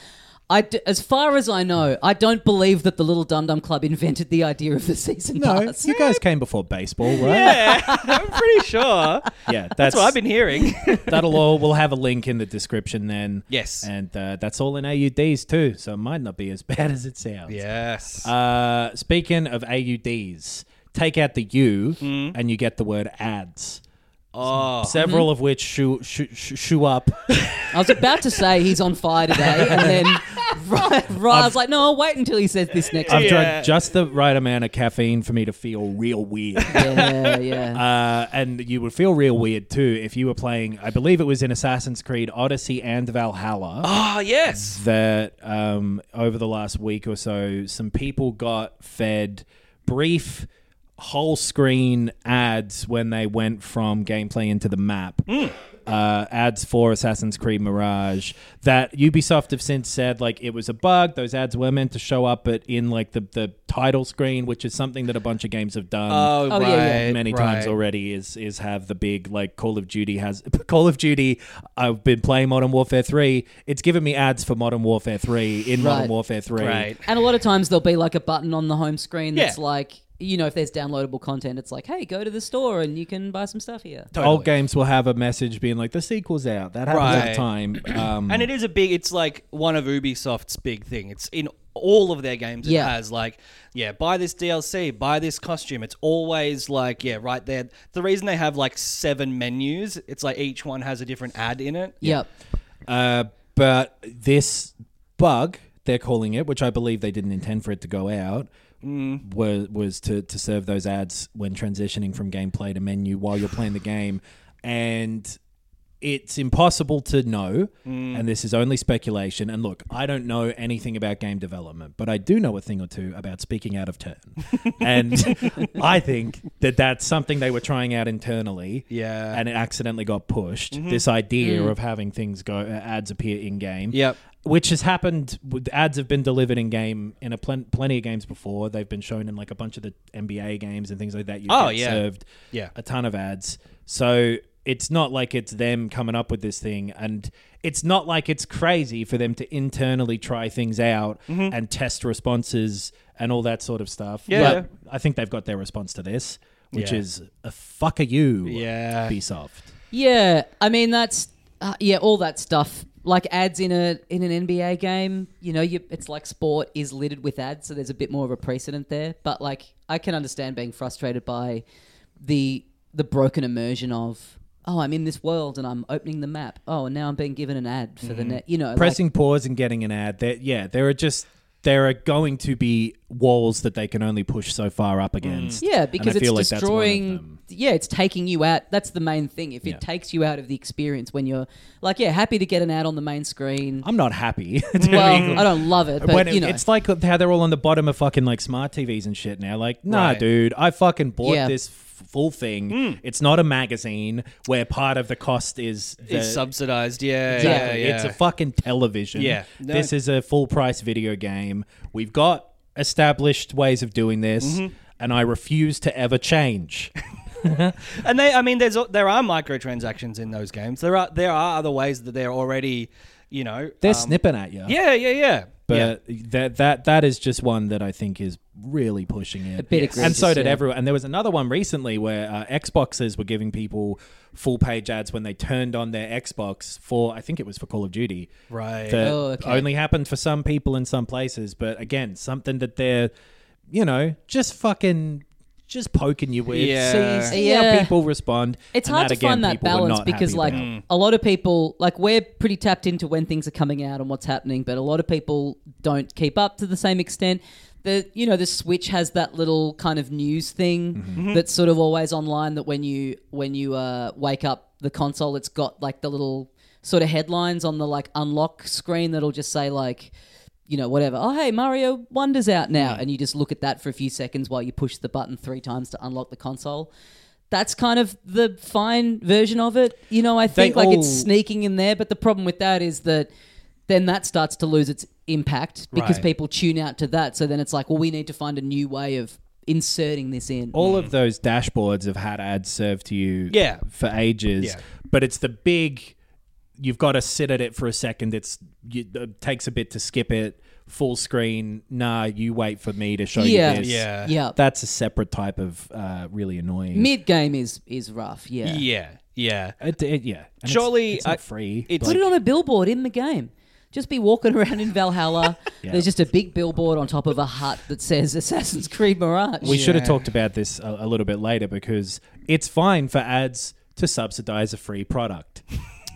Speaker 2: I d- as far as I know, I don't believe that the Little Dum Dum Club invented the idea of the season
Speaker 4: no,
Speaker 2: pass.
Speaker 4: you guys came before baseball, right?
Speaker 3: yeah, I'm pretty sure.
Speaker 4: Yeah, that's,
Speaker 3: That's what I've been hearing.
Speaker 4: That'll all. We'll have a link in the description then.
Speaker 3: Yes.
Speaker 4: and uh, that's all in AUDs too, so it might not be as bad as it sounds.
Speaker 3: yes.
Speaker 4: Uh,
Speaker 3: Mm-hmm.
Speaker 4: speaking of AUDs, take out the U and you get the word ads.
Speaker 3: Oh,
Speaker 4: several of which shoe, shoe, shoe shoe up.
Speaker 2: I was about to say he's on fire today, and then right, right, I was like, no, I'll wait until he says this next.
Speaker 4: I've
Speaker 2: one.
Speaker 3: Yeah.
Speaker 4: drunk just the right amount of caffeine for me to feel real weird.
Speaker 2: Yeah, yeah.
Speaker 4: Uh, and you would feel real weird too if you were playing. I believe it was in Assassin's Creed Odyssey and Valhalla.
Speaker 3: oh yes.
Speaker 4: that um, over the last week or so, some people got fed brief whole screen ads when they went from gameplay into the map.
Speaker 3: Hmm.
Speaker 4: Uh, ads for Assassin's Creed Mirage that Ubisoft have since said like it was a bug. Those ads were meant to show up, but in like the, the title screen, which is something that a bunch of games have done
Speaker 3: Oh,
Speaker 2: Oh,
Speaker 3: right,
Speaker 2: yeah, yeah.
Speaker 4: many
Speaker 3: right.
Speaker 4: times already is is have the big like Call of Duty has Call of Duty. I've been playing Modern Warfare three. It's given me ads for Modern Warfare three in Modern
Speaker 2: Right.
Speaker 4: Warfare three.
Speaker 3: Right.
Speaker 2: And a lot of times there'll be like a button on the home screen that's
Speaker 3: Yeah.
Speaker 2: like, you know, if there's downloadable content, it's like, hey, go to the store and you can buy some stuff here.
Speaker 4: Old games will have a message being like the sequel's out. That happens all the
Speaker 3: Right.
Speaker 4: time. Um,
Speaker 3: And it is a big. It's like one of Ubisoft's big thing. It's in all of their games.
Speaker 2: Yeah.
Speaker 3: It has like, yeah, buy this DLC, buy this costume. It's always like, yeah, right there. The reason they have like seven menus, it's like each one has a different ad in it.
Speaker 2: Yep.
Speaker 4: Uh, but this bug they're calling it, which I believe they didn't intend for it to go out, was was to to serve those ads when transitioning from gameplay to menu while you're playing the game, and it's impossible to know and this is only speculation and look i don't know anything about game development but i do know a thing or two about speaking out of turn and i think that that's something they were trying out internally
Speaker 3: Yeah.
Speaker 4: and it accidentally got pushed. This idea of having things go uh, ads appear in game.
Speaker 3: Yep.
Speaker 4: Which has happened. with- Ads have been delivered in game in a plen- plenty of games before. They've been shown in like a bunch of the NBA games and things like that. You
Speaker 3: Oh,
Speaker 4: get
Speaker 3: yeah.
Speaker 4: served
Speaker 3: Yeah.
Speaker 4: a ton of ads. So it's not like it's them coming up with this thing, and it's not like it's crazy for them to internally try things out
Speaker 3: Mm-hmm.
Speaker 4: and test responses and all that sort of stuff.
Speaker 3: Yeah.
Speaker 4: But I think they've got their response to this, which
Speaker 3: Yeah.
Speaker 4: is a fuck are you?
Speaker 3: Yeah.
Speaker 4: Ubisoft.
Speaker 2: Yeah. I mean, that's, uh, yeah, all that stuff. Like ads in a in an NBA game, you know, you, it's like sport is littered with ads, so there's a bit more of a precedent there. But like, I can understand being frustrated by the the broken immersion of, oh, I'm in this world and I'm opening the map. Oh, and now I'm being given an ad for the net. You know, like-
Speaker 4: Pressing pause and getting an ad. There, yeah, there are just there are going to be walls that they can only push so far
Speaker 3: Mm.
Speaker 4: up against.
Speaker 2: Yeah,
Speaker 4: And I
Speaker 2: because it's
Speaker 4: feel like that's one of
Speaker 2: destroying.
Speaker 4: them.
Speaker 2: Yeah, it's taking you out. That's the main thing. If
Speaker 4: Yeah.
Speaker 2: it takes you out of the experience when you're like, yeah, happy to get an ad on the main screen.
Speaker 4: I'm not happy.
Speaker 2: Well, I don't love it, but
Speaker 4: when it-
Speaker 2: you know,
Speaker 4: it's like how they're all on the bottom of fucking like smart TVs and shit now. Like, nah,
Speaker 3: Right. Hmm.
Speaker 4: dude, I fucking bought
Speaker 2: Yeah.
Speaker 4: this f- full thing. It's not a magazine where part of the cost is the,
Speaker 3: It's subsidized. Yeah.
Speaker 4: Exactly.
Speaker 3: Yeah, yeah.
Speaker 4: It's a fucking television.
Speaker 3: Yeah. No.
Speaker 4: This is a full price video game. We've got established ways of doing this,
Speaker 3: Mm-hmm.
Speaker 4: and I refuse to ever change.
Speaker 3: And they, I mean, there's there are microtransactions in those games. There are there are other ways that they're already, you know,
Speaker 4: They're
Speaker 3: um,
Speaker 4: snipping at you.
Speaker 3: Yeah, yeah, yeah.
Speaker 4: But that that that is just one that I think is really pushing it.
Speaker 2: A bit Yes.
Speaker 4: and so
Speaker 2: egregious,
Speaker 4: did
Speaker 2: yeah.
Speaker 4: everyone. And there was another one recently where uh, Xboxes were giving people full page ads when they turned on their Xbox for I think it was for Call of Duty.
Speaker 3: Right.
Speaker 4: That
Speaker 2: Oh, okay.
Speaker 4: only happened for some people in some places, but again, something that they're you know just fucking just poking you with.
Speaker 3: Yeah.
Speaker 4: See, see how
Speaker 2: Yeah.
Speaker 4: people respond.
Speaker 2: it's
Speaker 4: And
Speaker 2: hard to
Speaker 4: again,
Speaker 2: find that
Speaker 4: people were
Speaker 2: balance
Speaker 4: not
Speaker 2: because
Speaker 4: happy
Speaker 2: like
Speaker 4: about.
Speaker 2: a lot of people, like we're pretty tapped into when things are coming out and what's happening, but a lot of people don't keep up to the same extent. The you know the Switch has that little kind of news thing that's sort of always online. That when you when you uh, wake up the console, it's got like the little sort of headlines on the like unlock screen that'll just say like you know, whatever. Oh, hey, Mario Wonder's out now. And you just look at that for a few seconds while you push the button three times to unlock the console. That's kind of the fine version of it. You know, I think like it's
Speaker 4: all-
Speaker 2: sneaking in there, but the problem with that is that then that starts to lose its impact because
Speaker 3: Right.
Speaker 2: people tune out to that. So then it's like, well, we need to find a new way of inserting this in.
Speaker 4: all of those dashboards have had ads served to you
Speaker 3: Mm. Yeah.
Speaker 4: for ages
Speaker 3: Yeah.
Speaker 4: but it's the big you've got to sit at it for a second it's you, it takes a bit to skip it full screen nah you wait for me to show
Speaker 2: Yeah.
Speaker 4: you this
Speaker 3: Yeah.
Speaker 2: yeah.
Speaker 4: that's a separate type of uh, really annoying
Speaker 2: Mid game is is rough. Yeah.
Speaker 3: Yeah, yeah.
Speaker 4: it, it- yeah And
Speaker 3: Surely
Speaker 4: it's, it's not
Speaker 3: I-
Speaker 4: free
Speaker 3: it's-
Speaker 2: Put it on a billboard in the game. Just be walking around in Valhalla. There's just a big billboard on top of a hut that says Assassin's Creed Mirage.
Speaker 4: We should have talked about this a, a little bit later because it's fine for ads to subsidize a free product.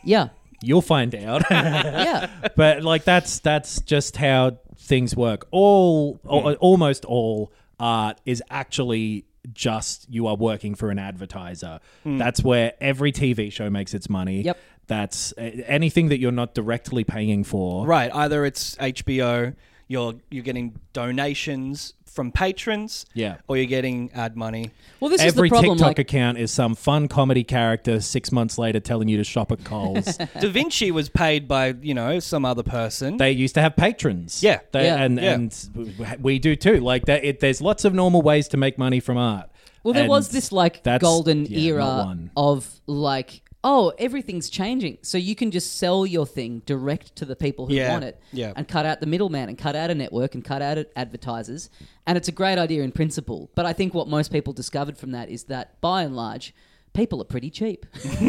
Speaker 2: Yeah.
Speaker 4: You'll find out.
Speaker 2: Yeah.
Speaker 4: but like that's that's just how things work. All, al-
Speaker 2: Hmm.
Speaker 4: almost all art is actually just you are working for an advertiser. That's where every TV show makes its money.
Speaker 2: Hmm. Yep.
Speaker 4: That's uh, anything that you're not directly paying for.
Speaker 3: Right. Either it's HBO, you're you're getting donations from patrons,
Speaker 4: Yeah.
Speaker 3: or you're getting ad money.
Speaker 2: Well, this
Speaker 4: Every
Speaker 2: is the problem.
Speaker 4: TikTok
Speaker 2: like,
Speaker 4: account is some fun comedy character six months later telling you to shop at Coles.
Speaker 3: da Vinci was paid by you know some other person.
Speaker 4: they used to have patrons.
Speaker 3: Yeah.
Speaker 4: They,
Speaker 2: Yeah.
Speaker 4: And,
Speaker 3: Yeah.
Speaker 4: and w- w- we do too. Like that, it, there's lots of normal ways to make money from art.
Speaker 2: well, there
Speaker 4: And
Speaker 2: was this like
Speaker 4: that's-
Speaker 2: golden
Speaker 4: yeah, not
Speaker 2: era
Speaker 4: one.
Speaker 2: of like, oh, everything's changing, so you can just sell your thing direct to the people who
Speaker 3: Yeah.
Speaker 2: want it,
Speaker 3: Yeah.
Speaker 2: and cut out the middleman, and cut out a network, and cut out ad- advertisers, and it's a great idea in principle. But I think what most people discovered from that is that by and large, people are pretty cheap,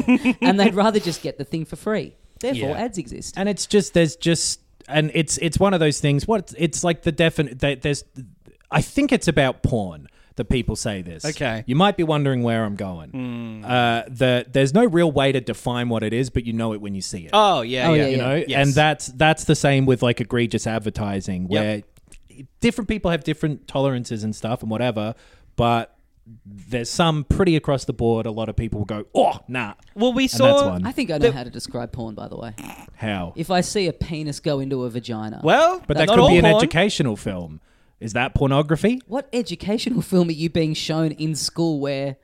Speaker 2: and they'd rather just get the thing for free. Therefore,
Speaker 3: Yeah.
Speaker 2: ads exist.
Speaker 4: And it's just there's just and it's it's one of those things. What it's like the definite there- there's. I think it's about porn that people say this.
Speaker 3: Okay. Hmm.
Speaker 4: you might be wondering where I'm going. Uh, the there's no real way to define what it is, but you know it when you see it.
Speaker 3: oh yeah,
Speaker 2: Oh,
Speaker 3: yeah,
Speaker 2: yeah,
Speaker 4: you know,
Speaker 3: Yes.
Speaker 4: and that's that's the same with like egregious advertising where different people have different tolerances and stuff and whatever, but. There's some pretty across the board. A lot of people will go, oh, nah.
Speaker 3: Well, we
Speaker 4: And
Speaker 3: saw.
Speaker 4: that's one.
Speaker 2: I think I know how to describe porn, by the way.
Speaker 4: How?
Speaker 2: If I see a penis go into a vagina,
Speaker 3: Well,
Speaker 4: But
Speaker 3: not
Speaker 4: that could
Speaker 3: all
Speaker 4: be an
Speaker 3: porn.
Speaker 4: educational film. Is that pornography?
Speaker 2: what educational film are you being shown in school where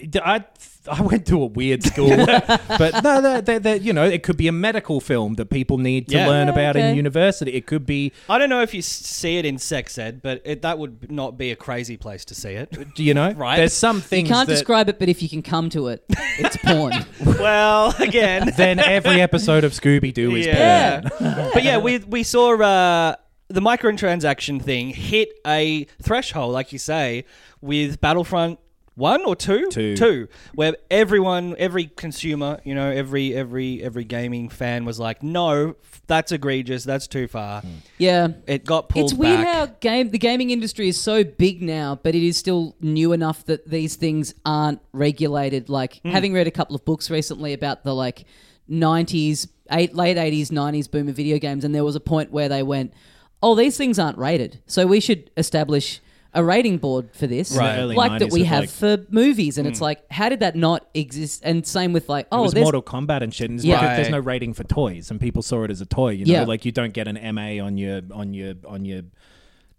Speaker 4: D- I I went to a weird school, but no, they're, they're, they're, you know, it could be a medical film that people need to
Speaker 3: Yeah.
Speaker 4: learn
Speaker 2: Yeah,
Speaker 4: about in
Speaker 2: okay.
Speaker 4: university. It could be,
Speaker 3: I don't know if you s- see it in sex ed, but it, that would not be a crazy place to see it.
Speaker 4: you know,
Speaker 3: Right.
Speaker 4: There's some things
Speaker 2: you can't
Speaker 4: that-
Speaker 2: describe it, but if you can come to it, it's porn.
Speaker 3: well, again,
Speaker 4: Then every episode of Scooby Doo is porn.
Speaker 3: yeah. but yeah, we we saw uh, the microtransaction thing hit a threshold, like you say, with Battlefront one or two,
Speaker 4: Two.
Speaker 3: where everyone, every consumer, you know, every every every gaming fan was like, no, that's egregious, that's too far.
Speaker 2: yeah.
Speaker 3: It got pulled.
Speaker 2: It's weird
Speaker 3: back.
Speaker 2: how game the gaming industry is so big now, but it is still new enough that these things aren't regulated. Like
Speaker 4: Hmm.
Speaker 2: having read a couple of books recently about the like nineties, eight late eighties, nineties boom of video games, and there was a point where they went, "Oh, these things aren't rated, so we should establish a rating board for this,
Speaker 4: Right. Early
Speaker 2: like that
Speaker 4: 90s
Speaker 2: we
Speaker 4: with,
Speaker 2: have
Speaker 4: like- Hmm.
Speaker 2: for movies." And it's like, how did that not exist? And same with like,
Speaker 4: It
Speaker 2: oh,
Speaker 4: was
Speaker 2: there's
Speaker 4: Mortal Kombat and shit. And it's
Speaker 2: Yeah.
Speaker 4: like, there's
Speaker 3: Right.
Speaker 4: no rating for toys, and people saw it as a toy. You know,
Speaker 2: Yeah.
Speaker 4: like you don't get an MA on your on your on your.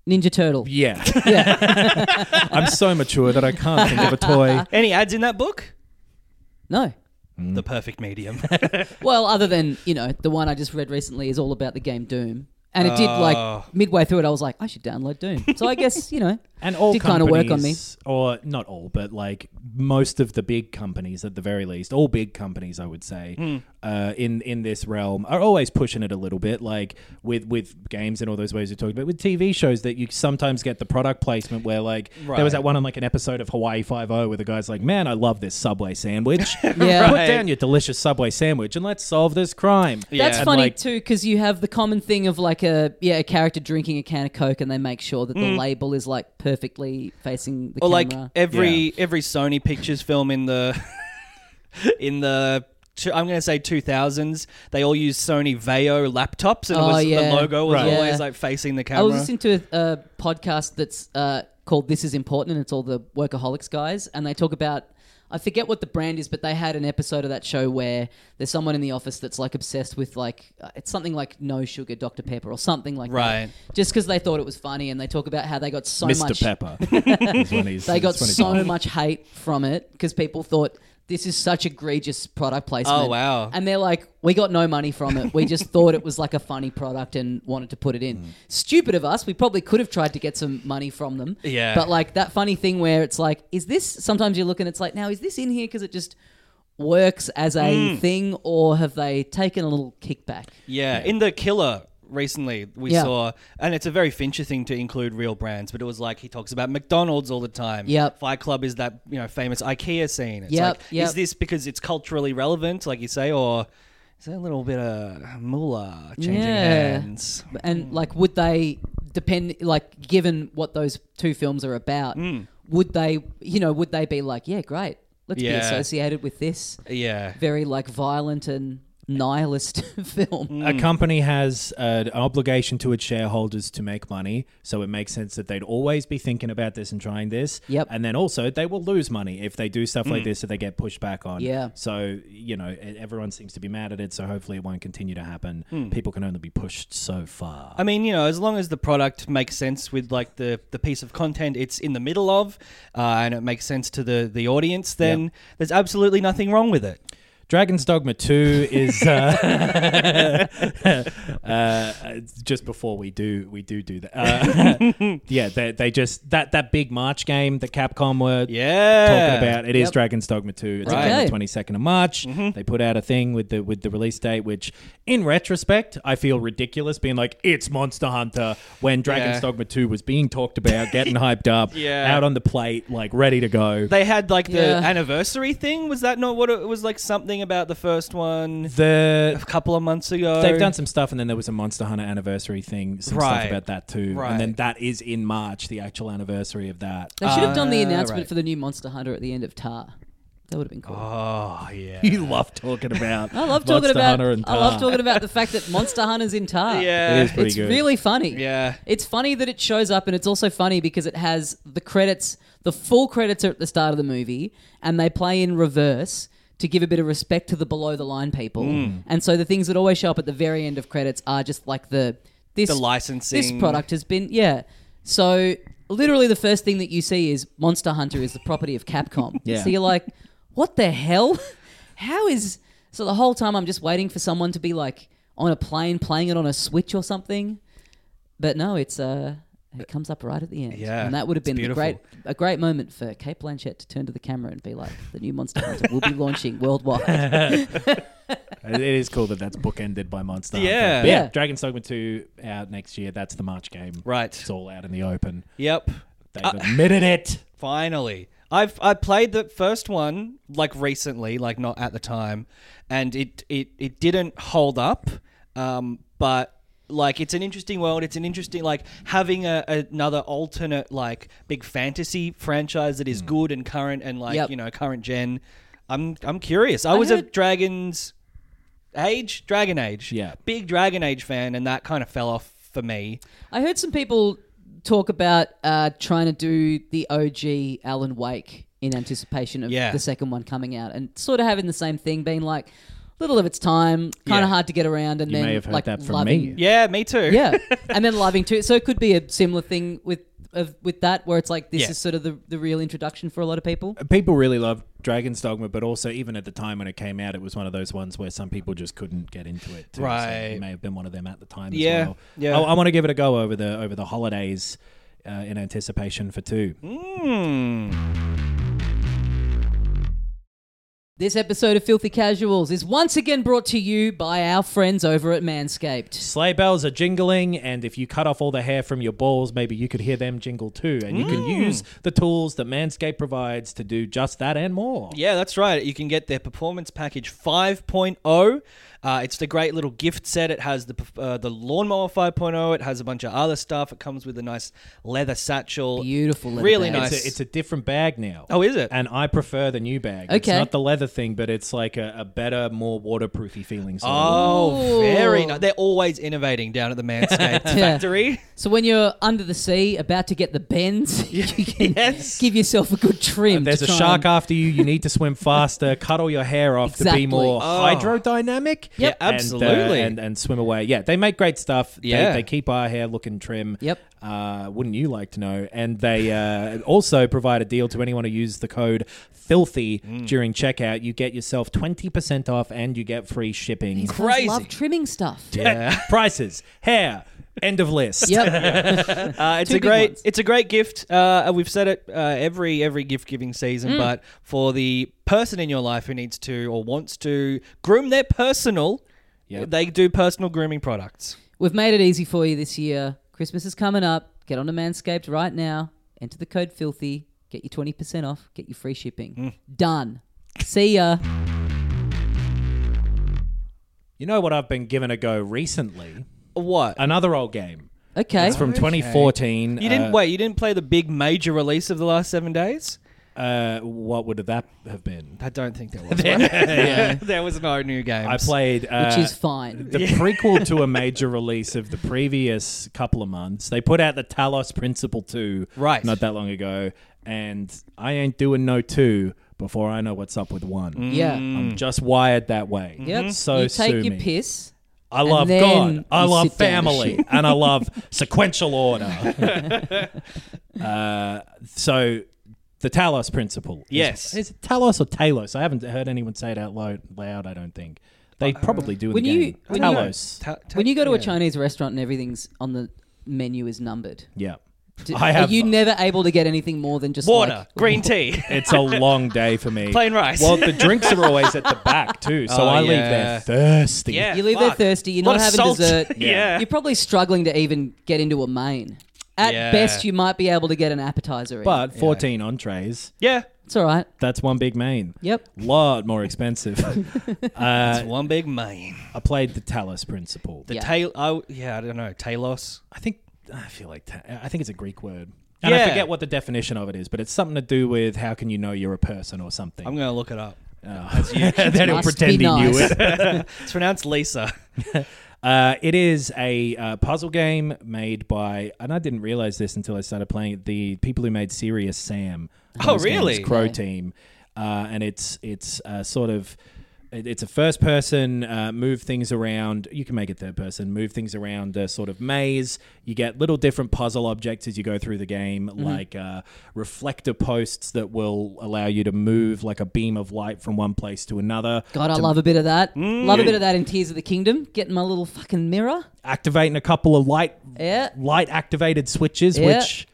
Speaker 2: Ninja Turtle.
Speaker 4: Yeah,
Speaker 2: yeah.
Speaker 4: I'm so mature that I can't think of a toy.
Speaker 3: Any ads in that book?
Speaker 2: No.
Speaker 3: The perfect medium.
Speaker 2: Well, other than you know, the one I just read recently is all about the game Doom, and it did
Speaker 3: Ah.
Speaker 2: like midway through it, I was like, I should download Doom. So I guess you know,
Speaker 4: And all
Speaker 2: did kind of work on me.
Speaker 4: companies- or not all, but like most of the big companies, at the very least, all big companies, I would say, uh, in in this realm, are always pushing it a little bit, like with with games and all those ways we talked about, with TV shows that you sometimes get the product placement where like there was
Speaker 3: Right.
Speaker 4: that one on like an episode of Hawaii Five O where the guy's like, "Man, I love this Subway sandwich.
Speaker 2: Yeah.
Speaker 4: put down your delicious Subway sandwich and let's solve this crime."
Speaker 2: That's
Speaker 3: Yeah.
Speaker 2: funny
Speaker 4: like-
Speaker 2: too, because you have the common thing of like a yeah a character drinking a can of Coke, and they make sure that the label is like perfectly facing the
Speaker 3: Mm. or like
Speaker 2: camera.
Speaker 3: every
Speaker 4: Yeah.
Speaker 3: every Sony Pictures film in the in the two, I'm going to say 2000s. They all used Sony Veo laptops, and it
Speaker 2: Oh,
Speaker 3: was,
Speaker 2: yeah.
Speaker 3: the logo was
Speaker 4: Right.
Speaker 3: always
Speaker 2: Yeah.
Speaker 3: like facing the
Speaker 2: I was
Speaker 3: camera.
Speaker 2: listening to a, a podcast that's uh, called "This Is Important," and it's all the workaholics guys, and they talk about. I forget what the brand is, but they had an episode of that show where there's someone in the office that's like obsessed with like uh, it's something like no sugar Dr Pepper or something like
Speaker 3: Right.
Speaker 2: that. Just because they thought it was funny, and they talk about how they got so
Speaker 4: Mr.
Speaker 2: much
Speaker 4: Pepper. is when he's-
Speaker 2: they got
Speaker 4: is when he's
Speaker 2: so
Speaker 4: on.
Speaker 2: much hate from it because people thought this is such egregious product placement.
Speaker 3: Oh, wow.
Speaker 2: And they're like, we got no money from it. We just thought it was like a funny product and wanted to put it
Speaker 3: Mm-hmm.
Speaker 2: in. Stupid of us. We probably could have tried to get some money from them.
Speaker 3: Yeah.
Speaker 2: But like that funny thing where it's like, is this? Sometimes you look and it's like, now is this in here because it just works as a
Speaker 3: Mm.
Speaker 2: thing, or have they taken a little kickback?
Speaker 3: yeah. in the Killer recently, we
Speaker 2: Yeah.
Speaker 3: saw, and it's a very Fincher thing to include real brands, but it was like he talks about McDonald's all the time.
Speaker 2: Yep.
Speaker 3: Fight Club is that you know famous IKEA scene. It's
Speaker 2: Yep,
Speaker 3: like,
Speaker 2: yep.
Speaker 3: is this because it's culturally relevant, like you say, or is there a little bit of moolah changing
Speaker 2: Yeah.
Speaker 3: hands?
Speaker 2: and like would they depend like
Speaker 3: Mm.
Speaker 2: given what those two films are about would they you know would they be like yeah great let's be
Speaker 3: Yeah.
Speaker 2: associated with this
Speaker 3: Yeah.
Speaker 2: very like violent and nihilist film.
Speaker 3: Mm.
Speaker 4: A company has uh, an obligation to its shareholders to make money, so it makes sense that they'd always be thinking about this and trying this.
Speaker 2: Yep. Mm.
Speaker 4: And then also they will lose money if they do stuff like this that they get pushed back on.
Speaker 2: Yeah.
Speaker 4: So you know e- everyone seems to be mad at it, so hopefully it won't continue to happen.
Speaker 2: Hmm.
Speaker 4: People can only be pushed so far.
Speaker 3: I mean, you know, as long as the product makes sense with like the, the piece of content it's in the middle of, uh, and it makes sense to the, the audience, then there's absolutely nothing wrong with it.
Speaker 4: Dragon's Dogma 2 is uh, uh, just before we do we do do that. Uh, yeah, they, they just that that big March game that Capcom were
Speaker 3: Yeah.
Speaker 4: talking about. it is
Speaker 2: Yep.
Speaker 4: Dragon's Dogma 2. It's
Speaker 3: Right.
Speaker 4: out on
Speaker 2: Okay. Mm-hmm.
Speaker 4: the 22nd of March. They put out a thing with the with the release date which in retrospect I feel ridiculous being like it's Monster Hunter when Dragon's
Speaker 3: Yeah.
Speaker 4: Dogma 2 was being talked about, getting hyped up,
Speaker 3: Yeah.
Speaker 4: out on the plate like ready to go.
Speaker 3: They had like the
Speaker 2: Yeah.
Speaker 3: anniversary thing. Was that not what it it was like? Something about the first one
Speaker 4: the
Speaker 3: a couple of months ago.
Speaker 4: They've done some stuff, and then there was a Monster Hunter anniversary thing, some
Speaker 3: Right.
Speaker 4: stuff about that too.
Speaker 3: Right.
Speaker 4: And then that is in March, the actual anniversary of that.
Speaker 2: They should have done the
Speaker 3: Ah,
Speaker 2: announcement
Speaker 3: right.
Speaker 2: for the new Monster Hunter at the end of Tar. That would have been cool.
Speaker 3: Oh yeah.
Speaker 4: You love talking about.
Speaker 2: I love talking about. I love talking about the fact that Monster Hunter's in Tar.
Speaker 3: Yeah.
Speaker 4: It is pretty
Speaker 2: it's
Speaker 4: good.
Speaker 2: really funny.
Speaker 3: Yeah.
Speaker 2: It's funny that it shows up, and it's also funny because it has the credits, the full credits are at the start of the movie, and they play in reverse to give a bit of respect to the below the line people.
Speaker 4: Mm.
Speaker 2: And so the things that always show up at the very end of credits are just like the this
Speaker 3: The licensing.
Speaker 2: This product has been yeah. So literally, the first thing that you see is Monster Hunter is the property of Capcom.
Speaker 4: Yeah.
Speaker 2: So you're like, what the hell? How is so? The whole time I'm just waiting for someone to be like on a plane playing it on a Switch or something. But no, it's uh it comes up right at the end.
Speaker 3: Yeah,
Speaker 2: and that would have
Speaker 3: it's
Speaker 2: been a
Speaker 3: beautiful.
Speaker 2: great a great moment for Kate Blanchett to turn to the camera and be like, "The new Monster Hunter will be launching worldwide."
Speaker 4: it is cool that that's bookended by Monster
Speaker 3: Yeah.
Speaker 4: Hunter. But yeah.
Speaker 2: Yeah.
Speaker 4: Dragon's Dogma 2 out next year. That's the March game.
Speaker 3: Right.
Speaker 4: It's all out in the open.
Speaker 3: Yep.
Speaker 4: They've admitted it.
Speaker 3: Finally. I've I played the first one like recently, like not at the time, and it it, it didn't hold up. Um, but like it's an interesting world. It's an interesting like having a, another alternate like big fantasy franchise that is good and current and like
Speaker 2: Yep.
Speaker 3: you know current gen. I'm I'm curious. I, was a
Speaker 2: heard-
Speaker 3: Dragons Age, Dragon Age,
Speaker 4: Yeah.
Speaker 3: big Dragon Age fan, and that kind of fell off for me.
Speaker 2: I heard some people talk about uh, trying to do the OG Alan Wake in anticipation of
Speaker 3: Yeah.
Speaker 2: the second one coming out, and sort of having the same thing, being like, little of its time, kind
Speaker 3: Yeah.
Speaker 2: of hard to get around, and
Speaker 4: You
Speaker 2: then
Speaker 4: may have heard
Speaker 2: like
Speaker 4: that from
Speaker 2: loving,
Speaker 4: me.
Speaker 3: Yeah, me too.
Speaker 2: yeah, and then loving too. So it could be a similar thing with of, with that, where it's like this
Speaker 3: Yeah.
Speaker 2: is sort of the, the real introduction for a lot of people.
Speaker 4: People really loved Dragon's Dogma, but also even at the time when it came out, it was one of those ones where some people just couldn't get into it. too. So
Speaker 3: Right.
Speaker 4: it may have been one of them at the time.
Speaker 3: Yeah,
Speaker 4: As well.
Speaker 3: yeah.
Speaker 4: I, want to give it a go over the over the holidays. Uh, in anticipation for two.
Speaker 2: This episode of Filthy Casuals is once again brought to you by our friends over at Manscaped.
Speaker 4: Sleigh bells are jingling, and if you cut off all the hair from your balls, maybe you could hear them jingle too. And you can
Speaker 3: Mm.
Speaker 4: use the tools that Manscaped provides to do just that and more.
Speaker 3: Yeah, that's right. You can get their performance package 5.0. Uh, it's the great little gift set. It has the perf- uh, the lawnmower 5.0. It has a bunch of other stuff. It comes with a nice leather satchel.
Speaker 2: Beautiful leather
Speaker 3: Really
Speaker 2: bag.
Speaker 3: nice.
Speaker 4: It's, a, it's a different bag now.
Speaker 3: Oh, is it?
Speaker 4: And I prefer the new bag. It's
Speaker 2: Okay.
Speaker 4: not the leather thing, but it's like a, a better, more waterproofy feeling. Sort of
Speaker 3: oh, very
Speaker 2: Ooh.
Speaker 3: nice. They're always innovating down at the Manscaped
Speaker 2: Yeah.
Speaker 3: factory.
Speaker 2: So when you're under the sea, about to get the bends, you can
Speaker 3: Yes.
Speaker 2: give yourself a good trim.
Speaker 4: There's
Speaker 2: to
Speaker 4: a
Speaker 2: try
Speaker 4: shark
Speaker 2: and-
Speaker 4: after you. You need to swim faster. Cut all your hair off
Speaker 2: Exactly.
Speaker 4: to be
Speaker 3: Oh.
Speaker 4: more hydrodynamic.
Speaker 3: Yeah,
Speaker 4: And, uh,
Speaker 3: absolutely.
Speaker 4: And, and, swim away. Yeah, they make great stuff. They-
Speaker 3: Yeah.
Speaker 4: They, keep our hair looking trim.
Speaker 2: Yep.
Speaker 4: Uh, wouldn't you like to know? And they uh, also provide a deal to anyone who uses the code filthy during checkout. You get yourself 20% off and you get free shipping.
Speaker 2: Guys
Speaker 3: Crazy.
Speaker 2: Love trimming stuff.
Speaker 4: Yeah. Prices, hair, end of list.
Speaker 2: Yep.
Speaker 3: Uh, it's
Speaker 2: Two
Speaker 3: a
Speaker 2: big
Speaker 3: great,
Speaker 2: ones.
Speaker 3: it's a great gift. Uh, we've said it uh, every every gift giving season,
Speaker 2: Mm.
Speaker 3: but for the person in your life who needs to or wants to groom their personal,
Speaker 4: Yep.
Speaker 3: they do personal grooming products.
Speaker 2: We've made it easy for you this year. Christmas is coming up. Get onto Manscaped right now. Enter the code filthy. Get your 20% off. Get your free shipping.
Speaker 4: Mm.
Speaker 2: Done. See ya.
Speaker 4: You know what I've been given a go recently?
Speaker 3: What?
Speaker 4: Another old game.
Speaker 2: Eh? Okay.
Speaker 4: It's from 2014.
Speaker 3: You didn't
Speaker 4: uh,
Speaker 3: wait. You didn't play the big major release of the last seven days.
Speaker 4: uh, what would that have been?
Speaker 3: I don't think there was. one. yeah. There was no new games.
Speaker 4: I played, uh,
Speaker 2: which is fine.
Speaker 4: the prequel to a major release of the previous couple of months. They put out the Talos Principle 2
Speaker 3: Right.
Speaker 4: not that long ago, and I ain't doing no 2 before I know what's up with 1.
Speaker 2: yeah.
Speaker 4: I'm just wired that way.
Speaker 2: Yep.
Speaker 4: Mm-hmm. So
Speaker 2: you take
Speaker 4: sue
Speaker 2: your
Speaker 4: me.
Speaker 2: piss.
Speaker 4: I love
Speaker 2: then
Speaker 4: God. I
Speaker 2: you
Speaker 4: love
Speaker 2: sit down and
Speaker 4: family. And I love sequential order. uh, so the Talos principle. is-
Speaker 3: Yes.
Speaker 4: Is, it Talos or Talos? I haven't heard anyone say it out loud, loud I don't think. They probably do in
Speaker 2: When
Speaker 4: the
Speaker 2: you-
Speaker 4: game.
Speaker 2: when you-
Speaker 4: Talos.
Speaker 3: Ta- ta-
Speaker 2: When you go to a
Speaker 3: yeah.
Speaker 2: Chinese restaurant and everything's on the menu is numbered,
Speaker 4: yeah.
Speaker 2: do-
Speaker 4: I have-
Speaker 2: are you never able to get anything more than just
Speaker 3: water,
Speaker 2: like-
Speaker 3: green tea,
Speaker 4: It's a long day for me.
Speaker 3: plain rice.
Speaker 4: Well, the drinks are always at the back too, so
Speaker 3: Oh,
Speaker 4: I leave
Speaker 3: yeah.
Speaker 4: there thirsty.
Speaker 3: yeah,
Speaker 2: You leave
Speaker 3: fuck.
Speaker 2: there thirsty. You're
Speaker 3: Lot
Speaker 2: not
Speaker 3: of
Speaker 2: having
Speaker 3: salt.
Speaker 2: dessert.
Speaker 3: yeah.
Speaker 2: You're probably struggling to even get into a main. At
Speaker 3: Yeah.
Speaker 2: best, you might be able to get an appetizer. in.
Speaker 4: But 14 entrees,
Speaker 3: yeah.
Speaker 2: it's all right.
Speaker 4: that's one big main.
Speaker 2: Yep.
Speaker 4: Lot more expensive. uh,
Speaker 3: It's one big main.
Speaker 4: I played the Talos principle.
Speaker 3: The
Speaker 2: Yeah.
Speaker 3: tail. I, yeah, I don't know. Talos.
Speaker 4: I think I feel like ta- I think it's a Greek word. And I
Speaker 3: Yeah.
Speaker 4: forget what the definition of it is, but it's something to do with how can you know you're a person or something.
Speaker 3: I'm gonna look it up.
Speaker 4: then he'll
Speaker 2: Must be
Speaker 4: pretend he knew
Speaker 2: nice.
Speaker 4: it.
Speaker 3: It's pronounced Lisa.
Speaker 4: Uh, it is a uh, puzzle game made by, and I didn't realize this until I started playing it, the people who made Serious Sam.
Speaker 3: Oh,
Speaker 4: His name is
Speaker 3: really?
Speaker 4: Crow Team, uh, and it's it's uh, sort of. it- It's a first person, uh, move things around. You can make it third person, move things around a sort of maze. You get little different puzzle objects as you go through the game,
Speaker 2: Mm-hmm.
Speaker 4: like uh, reflector posts that will allow you to move like a beam of light from one place to Mm. another.
Speaker 2: God, I love a bit of that. Love a bit of that in Tears of the Kingdom. Getting my little fucking mirror.
Speaker 4: activating a couple of light
Speaker 2: Yeah.
Speaker 4: light activated switches,
Speaker 2: Yeah.
Speaker 4: which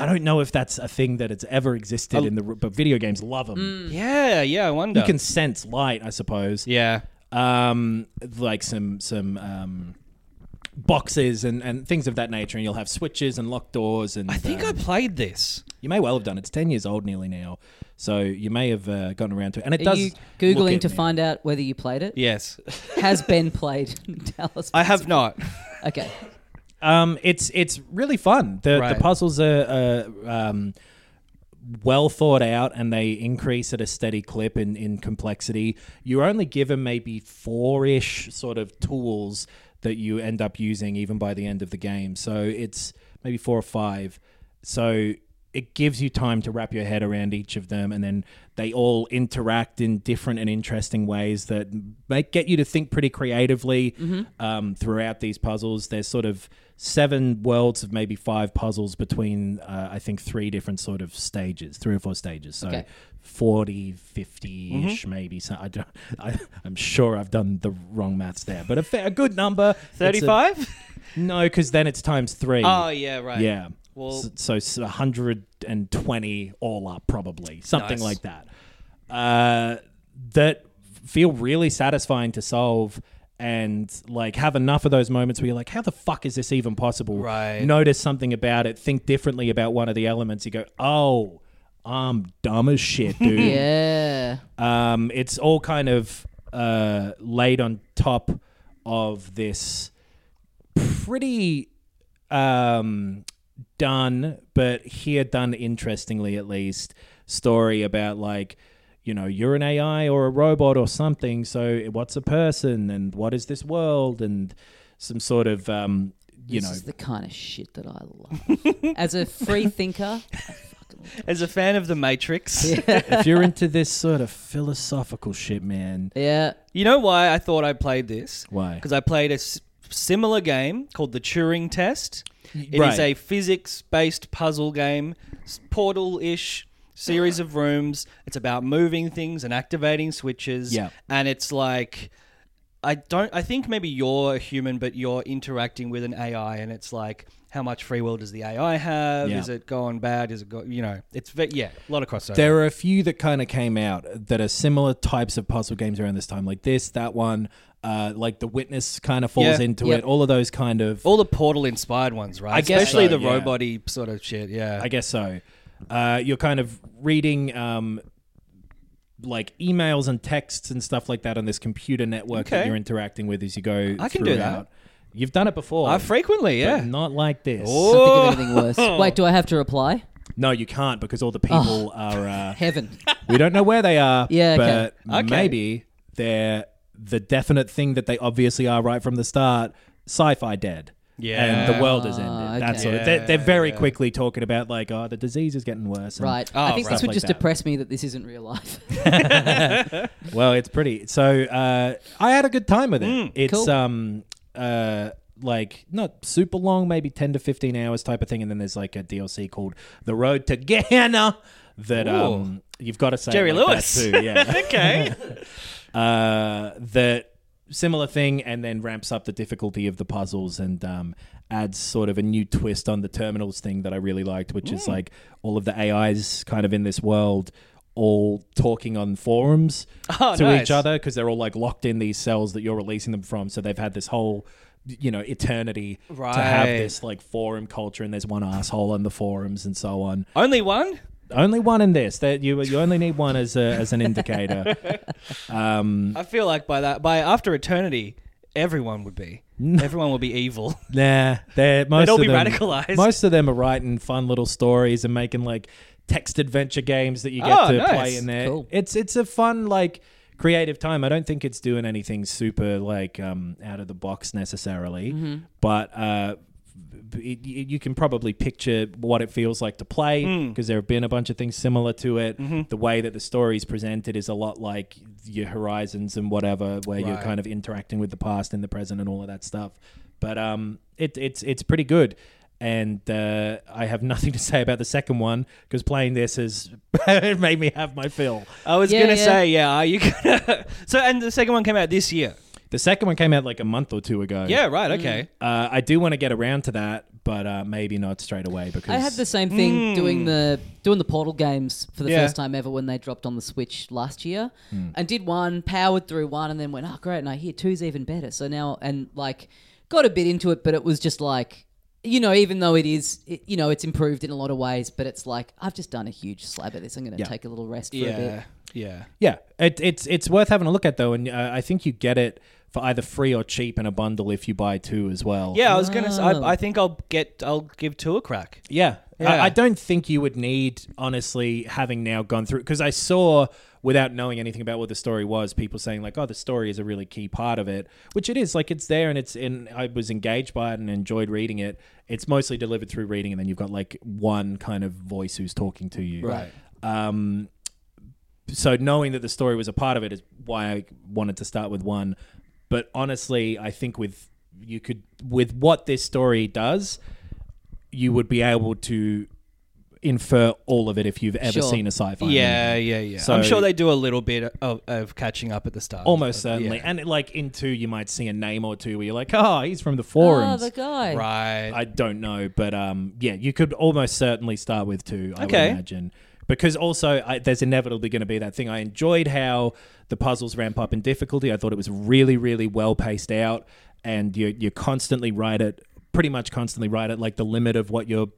Speaker 4: I don't know if that's a thing that it's ever existed in the r- but video games love them.
Speaker 2: Mm.
Speaker 3: yeah, yeah. I wonder.
Speaker 4: You can sense light, I suppose.
Speaker 3: yeah.
Speaker 4: Um, like some some um, boxes and, and things of that nature, and you'll have switches and locked doors. And
Speaker 3: I think I
Speaker 4: um,
Speaker 3: played this.
Speaker 4: you may well have done. it. It's ten years old nearly now, so you may have uh, gotten around to it. And it
Speaker 2: Are
Speaker 4: does
Speaker 2: you
Speaker 4: look
Speaker 2: googling
Speaker 4: at
Speaker 2: to
Speaker 4: me.
Speaker 2: find out whether you played it?
Speaker 3: Yes,
Speaker 2: Has Ben played Dallas?
Speaker 3: I have not.
Speaker 2: Okay.
Speaker 4: Um, it's it's really fun. The
Speaker 3: Right.
Speaker 4: the puzzles are, uh um, well thought out, and they increase at a steady clip in in complexity. You're only given maybe four ish sort of tools that you end up using even by the end of the game. So it's maybe four or five. So it gives you time to wrap your head around each of them and then they all interact in different and interesting ways that make get you to think pretty creatively um, throughout these puzzles there's sort of seven worlds of maybe five puzzles between uh, i think three different sort of stages three or four stages so
Speaker 2: Okay.
Speaker 4: 40 50ish
Speaker 3: Mm-hmm.
Speaker 4: maybe so i don't I, i'm sure i've done the wrong maths there but a, fa- a good number It's a-
Speaker 3: Thirty-five.
Speaker 4: no because then it's times three
Speaker 3: Oh yeah, right.
Speaker 4: yeah.
Speaker 3: Well-
Speaker 4: S- so, s 120 all up, probably something
Speaker 3: Nice.
Speaker 4: like that. Uh, that feel really satisfying to solve, and like have enough of those moments where you're like, "How the fuck is this even possible?"
Speaker 3: Right.
Speaker 4: Notice something about it. Think differently about one of the elements. You go, "Oh, I'm dumb as shit, dude."
Speaker 2: Yeah.
Speaker 4: Um, it's all kind of uh, laid on top of this pretty um, done, but here done interestingly at least, story about like, you know, you're an AI or a robot or something. So what's a person and what is this world and some sort of, um, you
Speaker 2: this
Speaker 4: know,
Speaker 2: is the kind of shit that I love. As a free thinker,
Speaker 3: As a fan of the Matrix,
Speaker 4: if you're into this sort of philosophical shit, man.
Speaker 2: yeah.
Speaker 3: you know why I thought I played this?
Speaker 4: Why?
Speaker 3: Because I played a s- similar game called the Turing Test. It is
Speaker 4: Right.
Speaker 3: a physics-based puzzle game, s- portal-ish series of rooms. It's about moving things and activating switches.
Speaker 4: Yeah.
Speaker 3: and it's like. I don't. I think maybe you're a human, but you're interacting with an AI, and it's like, how much free will does the AI have?
Speaker 4: Yeah.
Speaker 3: Is it going bad? Is it go? You know, it's ve- yeah, a lot of crossover.
Speaker 4: There are a few that kind of came out that are similar types of puzzle games around this time, like this, that one, uh, like The Witness kind of
Speaker 3: Yeah.
Speaker 4: falls into
Speaker 2: Yep.
Speaker 4: it. All of those kind of,
Speaker 3: All the Portal inspired ones, right?
Speaker 4: I guess
Speaker 3: Especially
Speaker 4: so,
Speaker 3: the
Speaker 4: yeah.
Speaker 3: robot-y sort of shit. Yeah.
Speaker 4: I guess so. Uh, you're kind of reading um, like emails and texts and stuff like that on this computer network that
Speaker 3: Okay.
Speaker 4: you're interacting with as you go.
Speaker 3: I can do that.
Speaker 4: throughout. You've done it before,
Speaker 3: I frequently,
Speaker 4: but
Speaker 3: yeah.
Speaker 4: not like this.
Speaker 3: Oh.
Speaker 4: Oh.
Speaker 2: Can't think of anything worse. Wait, do I have to reply?
Speaker 4: No, you can't because all the people are. Uh,
Speaker 2: Heaven.
Speaker 4: we don't know where they are.
Speaker 2: Oh. Yeah, okay.
Speaker 4: but
Speaker 3: Okay.
Speaker 4: maybe they're the definite thing that they obviously are right from the start. Sci-fi dead.
Speaker 3: Yeah.
Speaker 4: and the world has ended.
Speaker 2: Ah,
Speaker 4: That's
Speaker 2: okay.
Speaker 4: sort of- they're, they're very quickly talking about like, oh, the disease is getting worse. and-
Speaker 2: Right.
Speaker 3: Oh,
Speaker 2: I think
Speaker 3: right.
Speaker 2: this would
Speaker 4: Like
Speaker 2: just
Speaker 4: that.
Speaker 2: depress me that this isn't real life.
Speaker 4: Well, it's pretty. So uh, I had a good time with it.
Speaker 3: Mm,
Speaker 4: it's
Speaker 2: Cool.
Speaker 4: um uh like not super long, maybe ten to fifteen hours type of thing, and then there's like a DLC called The Road to Gehenna that um you've got to say it
Speaker 3: Jerry
Speaker 4: like that
Speaker 3: Lewis.
Speaker 4: too. Yeah.
Speaker 3: Okay.
Speaker 4: uh, that similar thing and then ramps up the difficulty of the puzzles and um, adds sort of a new twist on the terminals thing that I really liked, which
Speaker 3: Hmm.
Speaker 4: is like all of the AIs kind of in this world all talking on forums
Speaker 3: Oh,
Speaker 4: to
Speaker 3: nice.
Speaker 4: each other because they're all like locked in these cells that you're releasing them from. So they've had this whole you know eternity to have
Speaker 3: Right.
Speaker 4: this like forum culture and there's one asshole on the forums and so on
Speaker 3: Only one?
Speaker 4: only one in this that you you only need one as a, as an indicator
Speaker 3: I feel like by that by after eternity, everyone would be. Everyone will be evil.
Speaker 4: Nah, they're most
Speaker 3: all
Speaker 4: of
Speaker 3: be
Speaker 4: them,
Speaker 3: radicalized.
Speaker 4: Most of them are writing fun little stories and making like text adventure games that you get
Speaker 3: Oh,
Speaker 4: to
Speaker 3: nice.
Speaker 4: play in there.
Speaker 2: Cool.
Speaker 4: It's it's a fun like creative time. I don't think it's doing anything super like um, out of the box necessarily,
Speaker 3: Mm-hmm.
Speaker 4: but. Uh, it, it- you can probably picture what it feels like to play
Speaker 3: Mm.
Speaker 4: because there have been a bunch of things similar to it.
Speaker 3: Mm-hmm.
Speaker 4: The way that the story is presented is a lot like your Horizons and whatever, where you're
Speaker 3: Right.
Speaker 4: kind of interacting with the past and the present and all of that stuff. But um, it, it's it's pretty good. And uh, I have nothing to say about the second one because playing this has made me have my fill.
Speaker 3: I was
Speaker 2: Yeah,
Speaker 3: gonna
Speaker 2: yeah.
Speaker 3: say, yeah, are you gonna So and the second one came out this year.
Speaker 4: The second one came out like a month or two ago.
Speaker 3: Yeah, right, okay.
Speaker 4: Uh, I do want to get around to that, but uh, maybe not straight away because
Speaker 2: I had the same thing doing the doing the Portal games for the
Speaker 3: Yeah.
Speaker 2: first time ever when they dropped on the Switch last year, and did one, powered through one, and then went, oh great, and I hear two's even better. So now and like got a bit into it, but it was just like. You know, even though it is, it, you know, it's improved in a lot of ways, but it's like I've just done a huge slab of this. I'm going to
Speaker 4: Yeah.
Speaker 2: take a little rest for a
Speaker 3: Yeah.
Speaker 2: bit. Ah,
Speaker 3: Yeah.
Speaker 4: Yeah, it, it's it's worth having a look at though, and uh, I think you get it for either free or cheap in a bundle if you buy two as well.
Speaker 3: Yeah, I was gonna say I, I think I'll get I'll give two a crack.
Speaker 4: yeah.
Speaker 3: Yeah.
Speaker 4: I, I don't think you would need honestly having now gone through because I saw without knowing anything about what the story was, people saying like, "Oh, the story is a really key part of it," which it is. Like it's there, and it's in. I was engaged by it and enjoyed reading it. It's mostly delivered through reading, and then you've got like one kind of voice who's talking to you,
Speaker 3: Right.
Speaker 4: Um, so knowing that the story was a part of it is why I wanted to start with one. But honestly, I think with you could with what this story does, you would be able to infer all of it if you've ever
Speaker 2: Sure.
Speaker 4: seen a sci-fi.
Speaker 3: Yeah,
Speaker 4: movie.
Speaker 3: yeah, yeah.
Speaker 4: So-
Speaker 3: I'm sure they do a little bit of, of catching up at the start.
Speaker 4: almost
Speaker 3: Of-
Speaker 4: certainly.
Speaker 3: yeah.
Speaker 4: And like in two, you might see a name or two where you're like, oh, he's from the forums.
Speaker 2: Oh, the guy.
Speaker 3: right.
Speaker 4: I don't know, but um, yeah, you could almost certainly start with two. I
Speaker 3: Okay.
Speaker 4: would imagine because also I, there's inevitably going to be that thing. I enjoyed how the puzzles ramp up in difficulty. I thought it was really, really well paced out, and you you constantly right at pretty much constantly right at like the limit of what you're.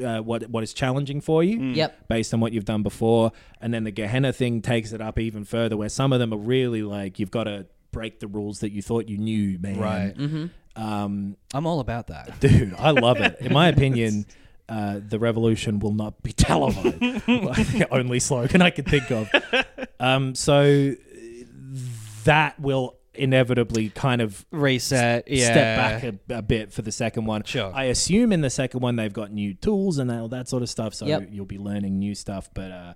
Speaker 4: Uh, what what is challenging for you?
Speaker 3: Mm.
Speaker 2: Yep.
Speaker 4: based on what you've done before. And then the Gehenna thing takes it up even further, where some of them are really like you've got to break the rules that you thought you knew, man.
Speaker 3: Right. Mm-hmm. I'm all about that.
Speaker 4: Dude, I love it. In my opinion, uh, the revolution will not be televised. the only slogan I could think of. Um, so that will inevitably kind of
Speaker 3: Reset. Yeah.
Speaker 4: step back a, a bit for the second one.
Speaker 3: Sure.
Speaker 4: I assume in the second one they've got new tools and all that sort of stuff, so
Speaker 2: Yep.
Speaker 4: you'll be learning new stuff. But uh,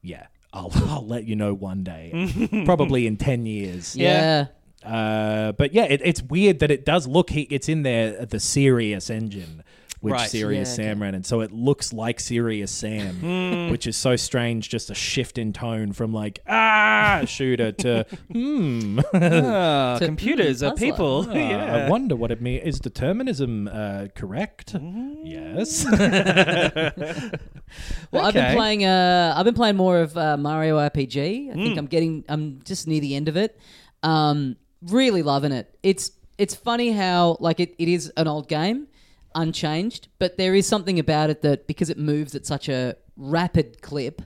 Speaker 4: yeah, I'll, I'll let you know one day, probably in ten years.
Speaker 2: Yeah.
Speaker 4: Uh, but yeah, it, it's weird that it does look he, it's in there at the Sirius engine, which
Speaker 3: Right.
Speaker 4: Sirius
Speaker 2: Yeah,
Speaker 4: Sam
Speaker 2: okay.
Speaker 4: ran, and so it looks like Sirius
Speaker 3: Hmm.
Speaker 4: Sam, which is so strange. Just a shift in tone from like ah shooter to hmm.
Speaker 3: Ah,
Speaker 2: To-
Speaker 3: computers
Speaker 2: mm,
Speaker 3: are
Speaker 2: puzzler.
Speaker 3: people.
Speaker 4: Ah, I
Speaker 3: yeah.
Speaker 4: wonder what it means. Is determinism uh, correct?
Speaker 3: Hmm.
Speaker 4: Yes.
Speaker 2: Well, I've been
Speaker 3: Okay.
Speaker 2: playing. Uh, I've been playing more of uh, Mario RPG. I think I'm getting. I'm just near the end of it. Um, really loving it. It's it's funny how like it, it is an old game, unchanged, but there is something about it that because it moves at such a rapid clip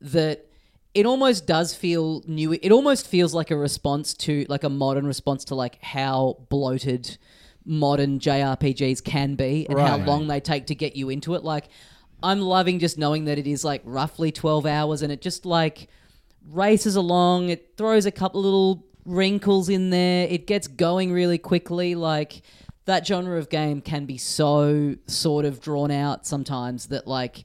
Speaker 2: that it almost does feel new. It almost feels like a response to like a modern response to like how bloated modern JRPGs can be and how long they take to get you into it. Like I'm loving just knowing that it is like roughly 12 hours and it just like races along. It throws a couple little wrinkles in there. It gets going really quickly. Like that genre of game can be so sort of drawn out sometimes that like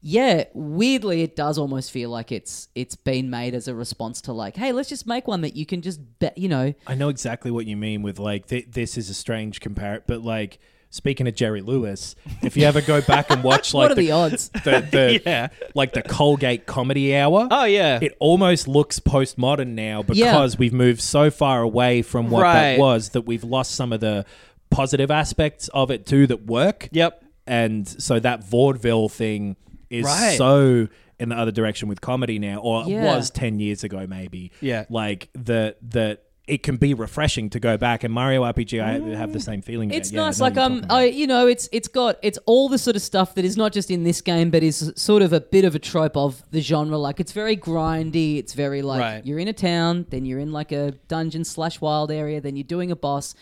Speaker 2: yeah, weirdly it does almost feel like it's it's been made as a response to like, hey, let's just make one that you can just bet, you know,
Speaker 4: I know exactly what you mean with like th- this is a strange compare, but like speaking of Jerry Lewis, if you ever go back and watch like
Speaker 2: what are the odds?
Speaker 4: the, the
Speaker 3: Yeah.
Speaker 4: like the Colgate comedy hour.
Speaker 3: Oh, yeah.
Speaker 4: It almost looks postmodern now because
Speaker 2: Yeah.
Speaker 4: we've moved so far away from what
Speaker 3: Right.
Speaker 4: that was that we've lost some of the positive aspects of it too that work.
Speaker 3: Yep.
Speaker 4: And so that vaudeville thing is
Speaker 3: Right.
Speaker 4: so in the other direction with comedy now, or it
Speaker 2: Yeah.
Speaker 4: was ten years ago maybe.
Speaker 3: Yeah.
Speaker 4: Like the the it can be refreshing to go back and Mario RPG. I have the same feeling.
Speaker 2: Mm. It's
Speaker 4: Yeah, I
Speaker 2: nice,
Speaker 4: know
Speaker 2: like
Speaker 4: what you're
Speaker 2: um,
Speaker 4: talking about.
Speaker 2: I you know, it's it's got it's all the sort of stuff that is not just in this game, but is sort of a bit of a trope of the genre. Like it's very grindy. It's very like
Speaker 3: Right.
Speaker 2: you're in a town, then you're in like a dungeon slash wild area, then you're doing a boss.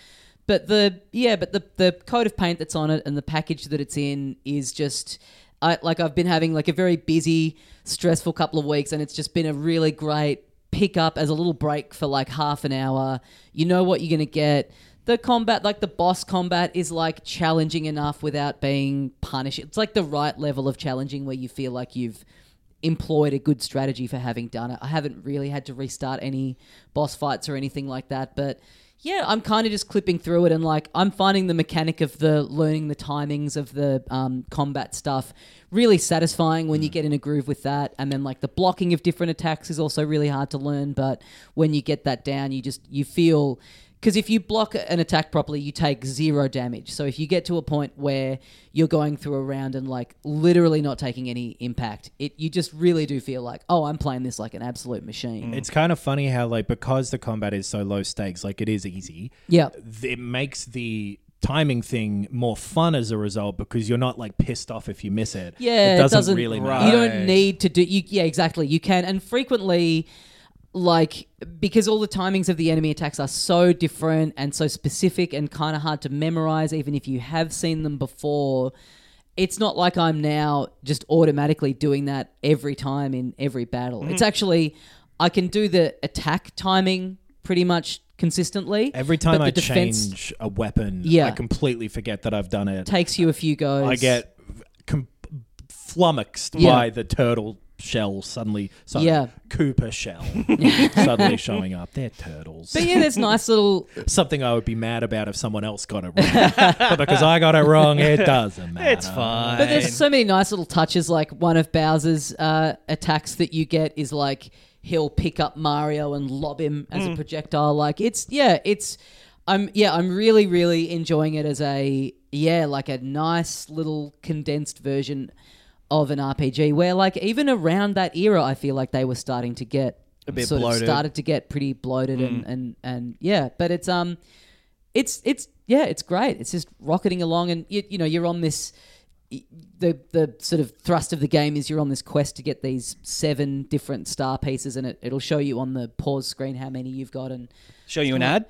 Speaker 2: But the yeah, but the the coat of paint that's on it and the package that it's in is just. I, like I've been having like a very busy, stressful couple of weeks, and it's just been a really great pick up as a little break for like half an hour. You know what you're going to get. The combat, like the boss combat, is like challenging enough without being punished. It's like the right level of challenging where you feel like you've employed a good strategy for having done it. I haven't really had to restart any boss fights or anything like that, but yeah, I'm kind of just clipping through it and like I'm finding the mechanic of the learning the timings of the um, combat stuff really satisfying when you get in a groove with that. And then like the blocking of different attacks is also really hard to learn, but when you get that down, you just you feel because if you block an attack properly, you take zero damage. So if you get to a point where you're going through a round and like literally not taking any impact, it you just really do feel like, oh, I'm playing this like an absolute machine.
Speaker 4: It's kind of funny how like because the combat is so low stakes, like it is easy.
Speaker 2: Yeah.
Speaker 4: th- It makes the timing thing more fun as a result because you're not like pissed off if you miss it.
Speaker 2: Yeah,
Speaker 4: it doesn't, really matter.
Speaker 2: You
Speaker 3: Right.
Speaker 2: don't need to do. You, yeah, exactly. You can, and frequently, like because all the timings of the enemy attacks are so different and so specific and kind of hard to memorize, even if you have seen them before. It's not like I'm now just automatically doing that every time in every battle.
Speaker 4: Mm-hmm.
Speaker 2: It's actually I can do the attack timing pretty much consistently.
Speaker 4: Every time
Speaker 2: but
Speaker 4: I
Speaker 2: the defense
Speaker 4: change a weapon,
Speaker 2: Yeah.
Speaker 4: I completely forget that I've done it.
Speaker 2: takes you a few goes.
Speaker 4: I get com- flummoxed
Speaker 2: Yeah.
Speaker 4: by the turtle shell suddenly. Sorry,
Speaker 2: Yeah.
Speaker 4: Cooper shell suddenly showing up. They're turtles.
Speaker 2: But yeah, there's nice little
Speaker 4: Something I would be mad about if someone else got it wrong, but because I got it wrong, it doesn't matter.
Speaker 3: It's fine.
Speaker 2: But there's so many nice little touches. Like one of Bowser's uh, attacks that you get is like he'll pick up Mario and lob him as
Speaker 3: Mm.
Speaker 2: a projectile. Like it's yeah, it's I'm yeah, I'm really really enjoying it as a yeah, like a nice little condensed version of an RPG where like even around that era, I feel like they were starting to get a
Speaker 3: bit
Speaker 2: sort
Speaker 3: bloated. Mm.
Speaker 2: Of started to get pretty bloated and and and yeah, but it's um it's it's yeah, it's great. It's just rocketing along, and you, you know you're on this. The the sort of thrust of the game is you're on this quest to get these seven different star pieces, and it, it'll show you on the pause screen how many you've got, and
Speaker 3: Show you an ad.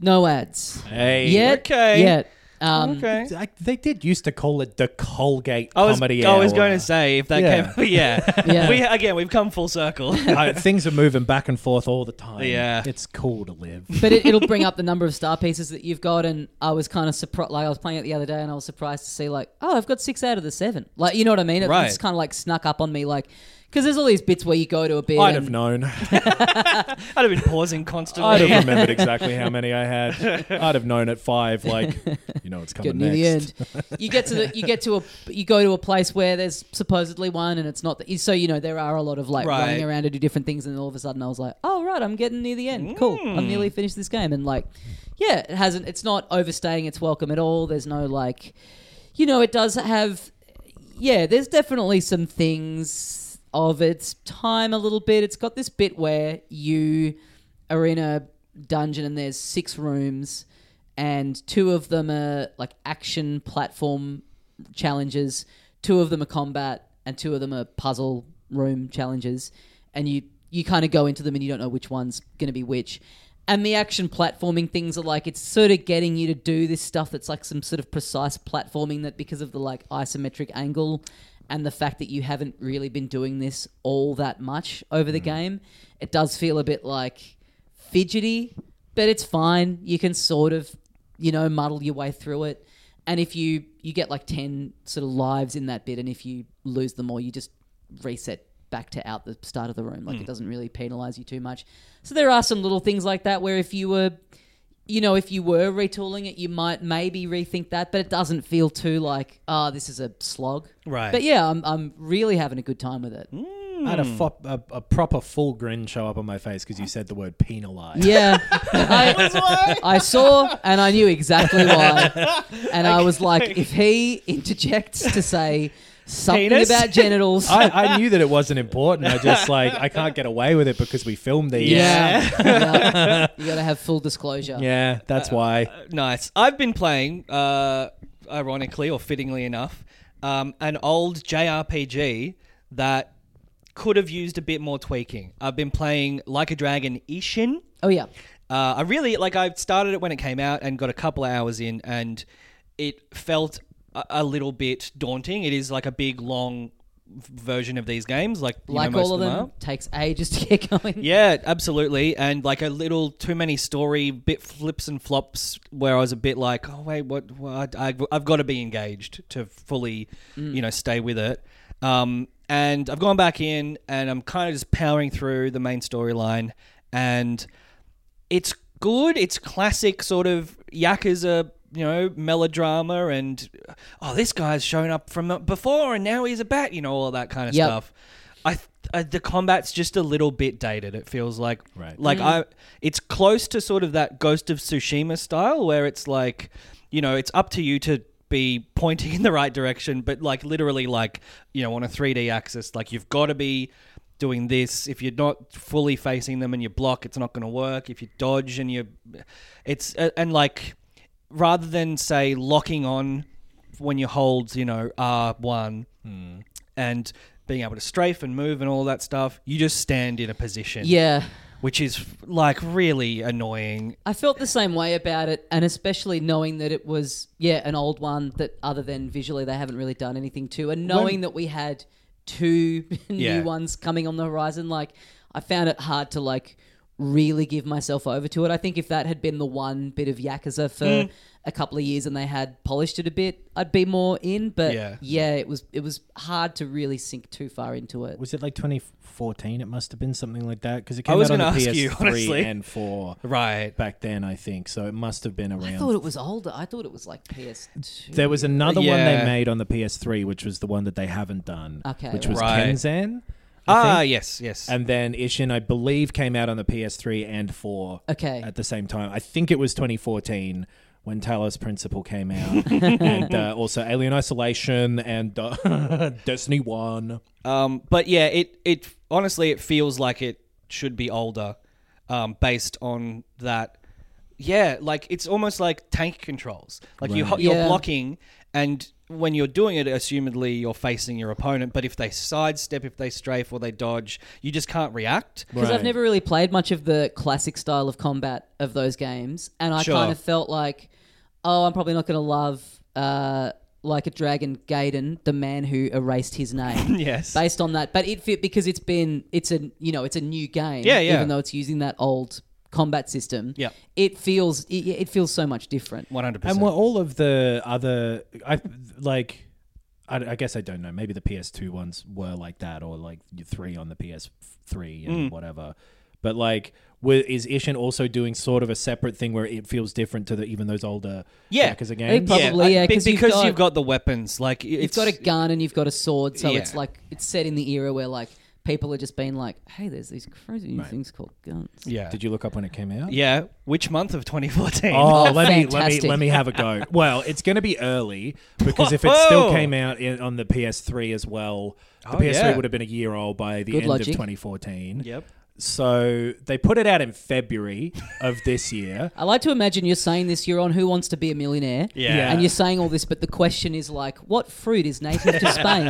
Speaker 2: no ads
Speaker 4: Hey.
Speaker 2: yet.
Speaker 3: okay.
Speaker 2: Yet. Um,
Speaker 3: Okay.
Speaker 4: I, they did used to call it the Colgate
Speaker 3: I was,
Speaker 4: comedy.
Speaker 3: I was
Speaker 4: Hour.
Speaker 3: going to say if that
Speaker 4: Yeah.
Speaker 3: came, yeah.
Speaker 2: Yeah.
Speaker 3: We again, we've come full circle.
Speaker 4: Uh, things are moving back and forth all the time.
Speaker 3: Yeah.
Speaker 4: it's cool to live.
Speaker 2: but it, it'll bring up the number of star pieces that you've got. And I was kind of surprised. Like I was playing it the other day, and I was surprised to see like, oh, I've got six out of the seven. Like you know what I mean? It,
Speaker 3: Right.
Speaker 2: It's kind of like snuck up on me, like because there's all these bits where you go to a bit.
Speaker 4: I'd
Speaker 2: and-
Speaker 4: have known.
Speaker 3: I'd have been pausing constantly.
Speaker 4: I'd have remembered exactly how many I had. I'd have known at five. Like, you know, it's coming
Speaker 2: Get
Speaker 4: next.
Speaker 2: near the end. You get to the you get to a you go to a place where there's supposedly one, and it's not. The, so you know there are a lot of like
Speaker 3: Right.
Speaker 2: running around to do different things, and all of a sudden I was like, oh right, I'm getting near the end. Cool, I've nearly finished this game, and like, yeah, it hasn't. It's not overstaying its welcome at all. There's no like, you know, it does have. Yeah, there's definitely some things of its time a little bit. It's got this bit where you are in a dungeon and there's six rooms and two of them are like action platform challenges, two of them are combat, and two of them are puzzle room challenges. And you you kind of go into them and you don't know which one's going to be which. And the action platforming things are like it's sort of getting you to do this stuff that's like some sort of precise platforming that because of the like isometric angle and the fact that you haven't really been doing this all that much over the game, it does feel a bit like fidgety, but it's fine. You can sort of, you know, muddle your way through it. And if you you get like 10 sort of lives in that bit and if you lose them all, you just reset back to out the start of the room. Like it doesn't really penalize you too much. So there are some little things like that where if you were you know, if you were retooling it, you might maybe rethink that, but it doesn't feel too like, oh, this is a slog.
Speaker 3: Right.
Speaker 2: But yeah, I'm, I'm really having a good time with it.
Speaker 4: I had a, fop, a, a proper full grin show up on my face because you said the word penalized.
Speaker 2: Yeah. I, I saw and I knew exactly why. And I was like, if he interjects to say something
Speaker 3: Penis?
Speaker 2: about genitals.
Speaker 4: I, I knew that it wasn't important. I just like I can't get away with it because we filmed these.
Speaker 2: yeah. yeah. You got to have full disclosure.
Speaker 4: yeah, that's why.
Speaker 3: Nice. I've been playing, uh, ironically or fittingly enough, um, an old JRPG that could have used a bit more tweaking. I've been playing Like a Dragon Ishin.
Speaker 2: Oh, yeah.
Speaker 3: Uh, I really like. I started it when it came out and got a couple of hours in, and it felt a, a little bit daunting. It is like a big, long v- version of these games, like you know,
Speaker 2: Like
Speaker 3: most
Speaker 2: all of them,
Speaker 3: are.
Speaker 2: takes ages to get going.
Speaker 3: Yeah, absolutely. And like a little too many story bit flips and flops where I was a bit like, oh wait, what? what I, I've got to be engaged to fully, you know, stay with it. Um, and I've gone back in and I'm kind of just powering through the main storyline, and it's good. It's classic sort of yakuza, you know, melodrama, and oh, this guy's shown up from before, and now he's a bat, you know, all that kind of
Speaker 2: Yep.
Speaker 3: stuff. I, th- uh the combat's just a little bit dated. It feels like,
Speaker 4: Right.
Speaker 3: like I, it's close to sort of that Ghost of Tsushima style, where it's like, you know, it's up to you to be pointing in the right direction, but like literally, like you know, on a three D axis, like you've got to be doing this. If you're not fully facing them and you block, it's not going to work. If you dodge and you, it's uh, and like rather than say locking on when you hold, you know, R one and being able to strafe and move and all that stuff, you just stand in a position.
Speaker 2: Yeah.
Speaker 3: Which is like really annoying.
Speaker 2: I felt the same way about it, and especially knowing that it was, yeah, an old one that other than visually they haven't really done anything to, and knowing that we had two
Speaker 3: Yeah.
Speaker 2: new ones coming on the horizon, like I found it hard to like really give myself over to it. I think if that had been the one bit of Yakuza for a couple of years and they had polished it a bit, I'd be more in. But
Speaker 3: Yeah.
Speaker 2: yeah, it was it was hard to really sink too far into it.
Speaker 4: Was it like 2014? It must have been something like that because it came
Speaker 3: I was
Speaker 4: out on the
Speaker 3: gonna ask
Speaker 4: PS3
Speaker 3: you, honestly.
Speaker 4: and four
Speaker 3: Right.
Speaker 4: back then, I think. So it must have been
Speaker 2: I
Speaker 4: around.
Speaker 2: thought it was older. I thought it was like PS2.
Speaker 4: there was another one
Speaker 3: Yeah.
Speaker 4: they made on the PS3, which was the one that they haven't done,
Speaker 2: Okay,
Speaker 4: which was
Speaker 3: right.
Speaker 4: Kenzan. I
Speaker 3: Ah,
Speaker 4: think.
Speaker 3: yes, yes.
Speaker 4: And then Ishin, I believe, came out on the PS3 and 4
Speaker 2: Okay.
Speaker 4: at the same time. I think it was 2014 when Talos Principle came out, and uh, also Alien Isolation and uh, Destiny 1.
Speaker 3: um, but yeah, it it honestly it feels like it should be older, um, based on that. Yeah, like it's almost like tank controls. Like you you you're
Speaker 2: Yeah.
Speaker 3: blocking, and when you're doing it, assumedly you're facing your opponent. But if they sidestep, if they strafe or they dodge, you just can't react.
Speaker 2: because
Speaker 4: Right.
Speaker 2: I've never really played much of the classic style of combat of those games, and I
Speaker 3: Sure.
Speaker 2: kind of felt like, oh, I'm probably not going to love uh, like a dragon Gaiden, the man who erased his name.
Speaker 3: Yes.
Speaker 2: Based on that, but it fit because it's been it's a you know it's a new game.
Speaker 3: Yeah, yeah.
Speaker 2: Even though it's using that old combat system,
Speaker 3: Yep.
Speaker 2: it feels it, it feels so much different.
Speaker 3: One hundred
Speaker 4: And
Speaker 3: percent.
Speaker 4: were all of the other, I like, I, I guess I don't know. Maybe the PS2 ones were like that, or like three on the PS3 and whatever. But like, were, is Ishin also doing sort of a separate thing where it feels different to the, even those older
Speaker 3: Yeah.
Speaker 4: Yakuza
Speaker 2: I think
Speaker 4: games?
Speaker 2: probably- yeah,
Speaker 3: be-
Speaker 2: 'cause you've
Speaker 3: because
Speaker 2: got-
Speaker 3: you've got the weapons. Like
Speaker 2: You've
Speaker 3: it's
Speaker 2: got a gun and you've got a sword, so it's
Speaker 3: Yeah.
Speaker 2: like it's set in the era where like people are just being like, hey, there's these crazy new things called guns.
Speaker 3: Yeah.
Speaker 4: Did you look up when it came out?
Speaker 3: yeah. Which month of 2014?
Speaker 4: Oh, let me let me
Speaker 2: fantastic.
Speaker 4: let me have a go. Well, it's going to be early because if it still
Speaker 3: Whoa.
Speaker 4: came out in, on the PS3 as well, the
Speaker 3: Oh,
Speaker 4: PS3
Speaker 3: yeah.
Speaker 4: would have been a year old by the
Speaker 2: Good
Speaker 4: end of
Speaker 2: logic.
Speaker 4: 2014.
Speaker 3: Yep.
Speaker 4: So they put it out in February of this year.
Speaker 2: I like to imagine you're saying this. You're on Who Wants to Be a Millionaire,
Speaker 3: Yeah.
Speaker 2: and you're saying all this, but the question is like, what fruit is native to Spain?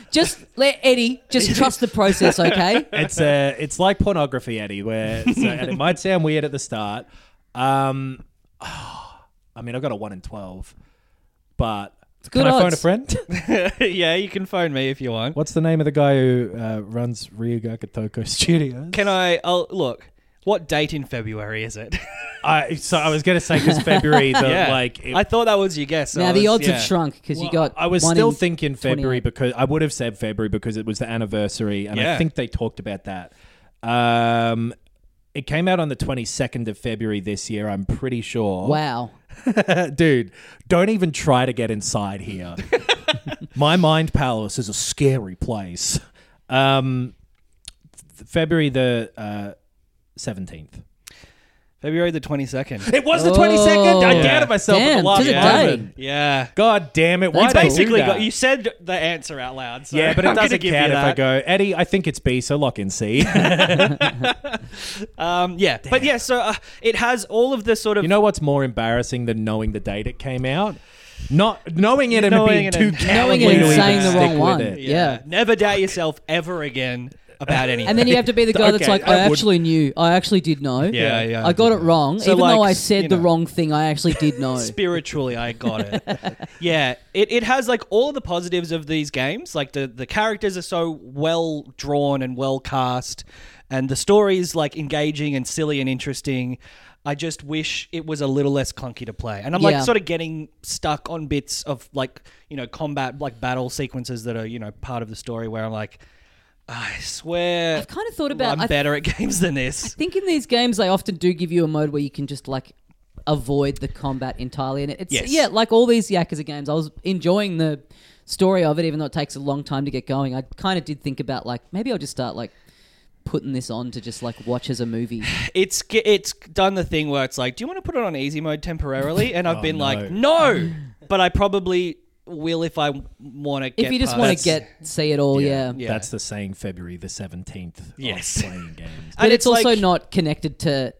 Speaker 2: Just let Eddie just trust the process, okay?
Speaker 4: it's a, it's like pornography, Eddie. Where so, and it might sound weird at the start. Um, I mean, I got a one in twelve, but
Speaker 2: good
Speaker 4: can I phone
Speaker 2: odds.
Speaker 4: a friend?
Speaker 3: yeah, you can phone me if you want.
Speaker 4: What's the name of the guy who uh, runs Ryugakatoko Studios?
Speaker 3: Can I? I'll look. What date in February is it?
Speaker 4: I so I was gonna say because February, the, like it-
Speaker 3: I thought that was your guess. so
Speaker 2: Now
Speaker 3: I
Speaker 2: the
Speaker 3: was-
Speaker 2: odds
Speaker 3: yeah.
Speaker 2: have shrunk because you
Speaker 4: Well,
Speaker 2: got.
Speaker 4: I was
Speaker 2: one
Speaker 4: still
Speaker 2: in-
Speaker 4: thinking
Speaker 2: 28.
Speaker 4: February because I would have said February because it was the anniversary, and
Speaker 3: Yeah.
Speaker 4: I think they talked about that. Um, it came out on the 22nd of February this year, I'm pretty sure.
Speaker 2: Wow.
Speaker 4: Dude, don't even try to get inside here. My mind palace is a scary place. Um, th- February the uh, 17th.
Speaker 3: February the twenty second.
Speaker 4: It was the 22nd? I
Speaker 2: Oh.
Speaker 4: doubted myself at the
Speaker 2: Damn,
Speaker 4: last
Speaker 2: to the
Speaker 4: moment.
Speaker 2: day.
Speaker 3: Yeah.
Speaker 4: God damn it. Why
Speaker 3: You
Speaker 4: did I do
Speaker 3: basically
Speaker 4: that?
Speaker 3: got, you said the answer out loud. So
Speaker 4: Yeah, but it
Speaker 3: I'm gonna
Speaker 4: doesn't
Speaker 3: give
Speaker 4: count
Speaker 3: you
Speaker 4: if I
Speaker 3: that.
Speaker 4: go, Eddie, I think it's B, so lock in C.
Speaker 3: Um, yeah, but yeah. So uh, it has all of the sort of
Speaker 4: you know what's more embarrassing than knowing the date it came out? Not knowing it and
Speaker 3: Knowing
Speaker 4: being
Speaker 3: it
Speaker 4: too
Speaker 3: and-
Speaker 2: Knowing
Speaker 4: cowardly
Speaker 2: it
Speaker 4: to
Speaker 2: and
Speaker 4: even
Speaker 2: saying the
Speaker 4: stick
Speaker 2: wrong
Speaker 4: with
Speaker 2: one.
Speaker 4: it.
Speaker 2: yeah.
Speaker 3: Never doubt yourself ever again about anything.
Speaker 2: And then you have to be the guy that's
Speaker 4: Okay,
Speaker 2: like,
Speaker 4: I
Speaker 2: I,
Speaker 4: would-
Speaker 2: actually knew. I actually did know.
Speaker 3: Yeah, yeah.
Speaker 2: I got it wrong.
Speaker 3: So,
Speaker 2: Even though
Speaker 3: like,
Speaker 2: I said
Speaker 3: you
Speaker 2: the
Speaker 3: know.
Speaker 2: wrong thing, I actually did know.
Speaker 3: spiritually i got it yeah it, it has like all the positives of these games like the, the characters are so well drawn and well cast and the story is like engaging and silly and interesting i just wish it was a little less clunky to play and i'm
Speaker 2: Yeah.
Speaker 3: like sort of getting stuck on bits of like you know combat like battle sequences that are you know part of the story where i'm like "Ah, i swear
Speaker 2: I've kind of thought about.
Speaker 3: i'm
Speaker 2: I
Speaker 3: better at games than this
Speaker 2: think in these games they often do give you a mode where you can just like avoid the combat entirely and it's
Speaker 3: Yes.
Speaker 2: yeah like all these yakuza games i was enjoying the story of it even though it takes a long time to get going i kind of did think about like maybe i'll just start like putting this on to just like watch as a movie
Speaker 3: it's ge- it's done the thing where it's like, do you want to put it on easy mode temporarily?
Speaker 4: Oh,
Speaker 3: And I've been like, no, but I probably will if I want to.
Speaker 2: if you just want to get see it all yeah,
Speaker 3: Yeah.
Speaker 4: That's the saying February the 17th
Speaker 3: Yes.
Speaker 4: of playing games.
Speaker 2: but it's, also not connected to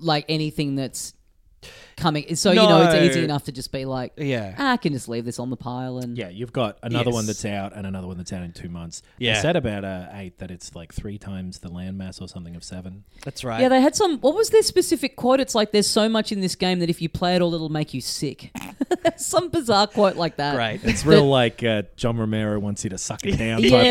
Speaker 2: like anything that's coming so you know
Speaker 3: No.
Speaker 2: it's easy enough to just be like
Speaker 3: Yeah.
Speaker 2: ah, i can just leave this on the pile and
Speaker 4: Yeah, you've got another one
Speaker 3: Yes.
Speaker 4: that's out and another one that's out in two months.
Speaker 3: Yeah.
Speaker 4: They said about uh, eight that it's like three times the landmass or something of seven.
Speaker 3: That's right.
Speaker 2: Yeah, they had some. What was their specific quote? It's like there's so much in this game that if you play it all, it'll make you sick. some bizarre quote like that.
Speaker 3: right.
Speaker 4: It's real like uh, John Romero wants you to suck it down.
Speaker 2: Yeah,
Speaker 4: type of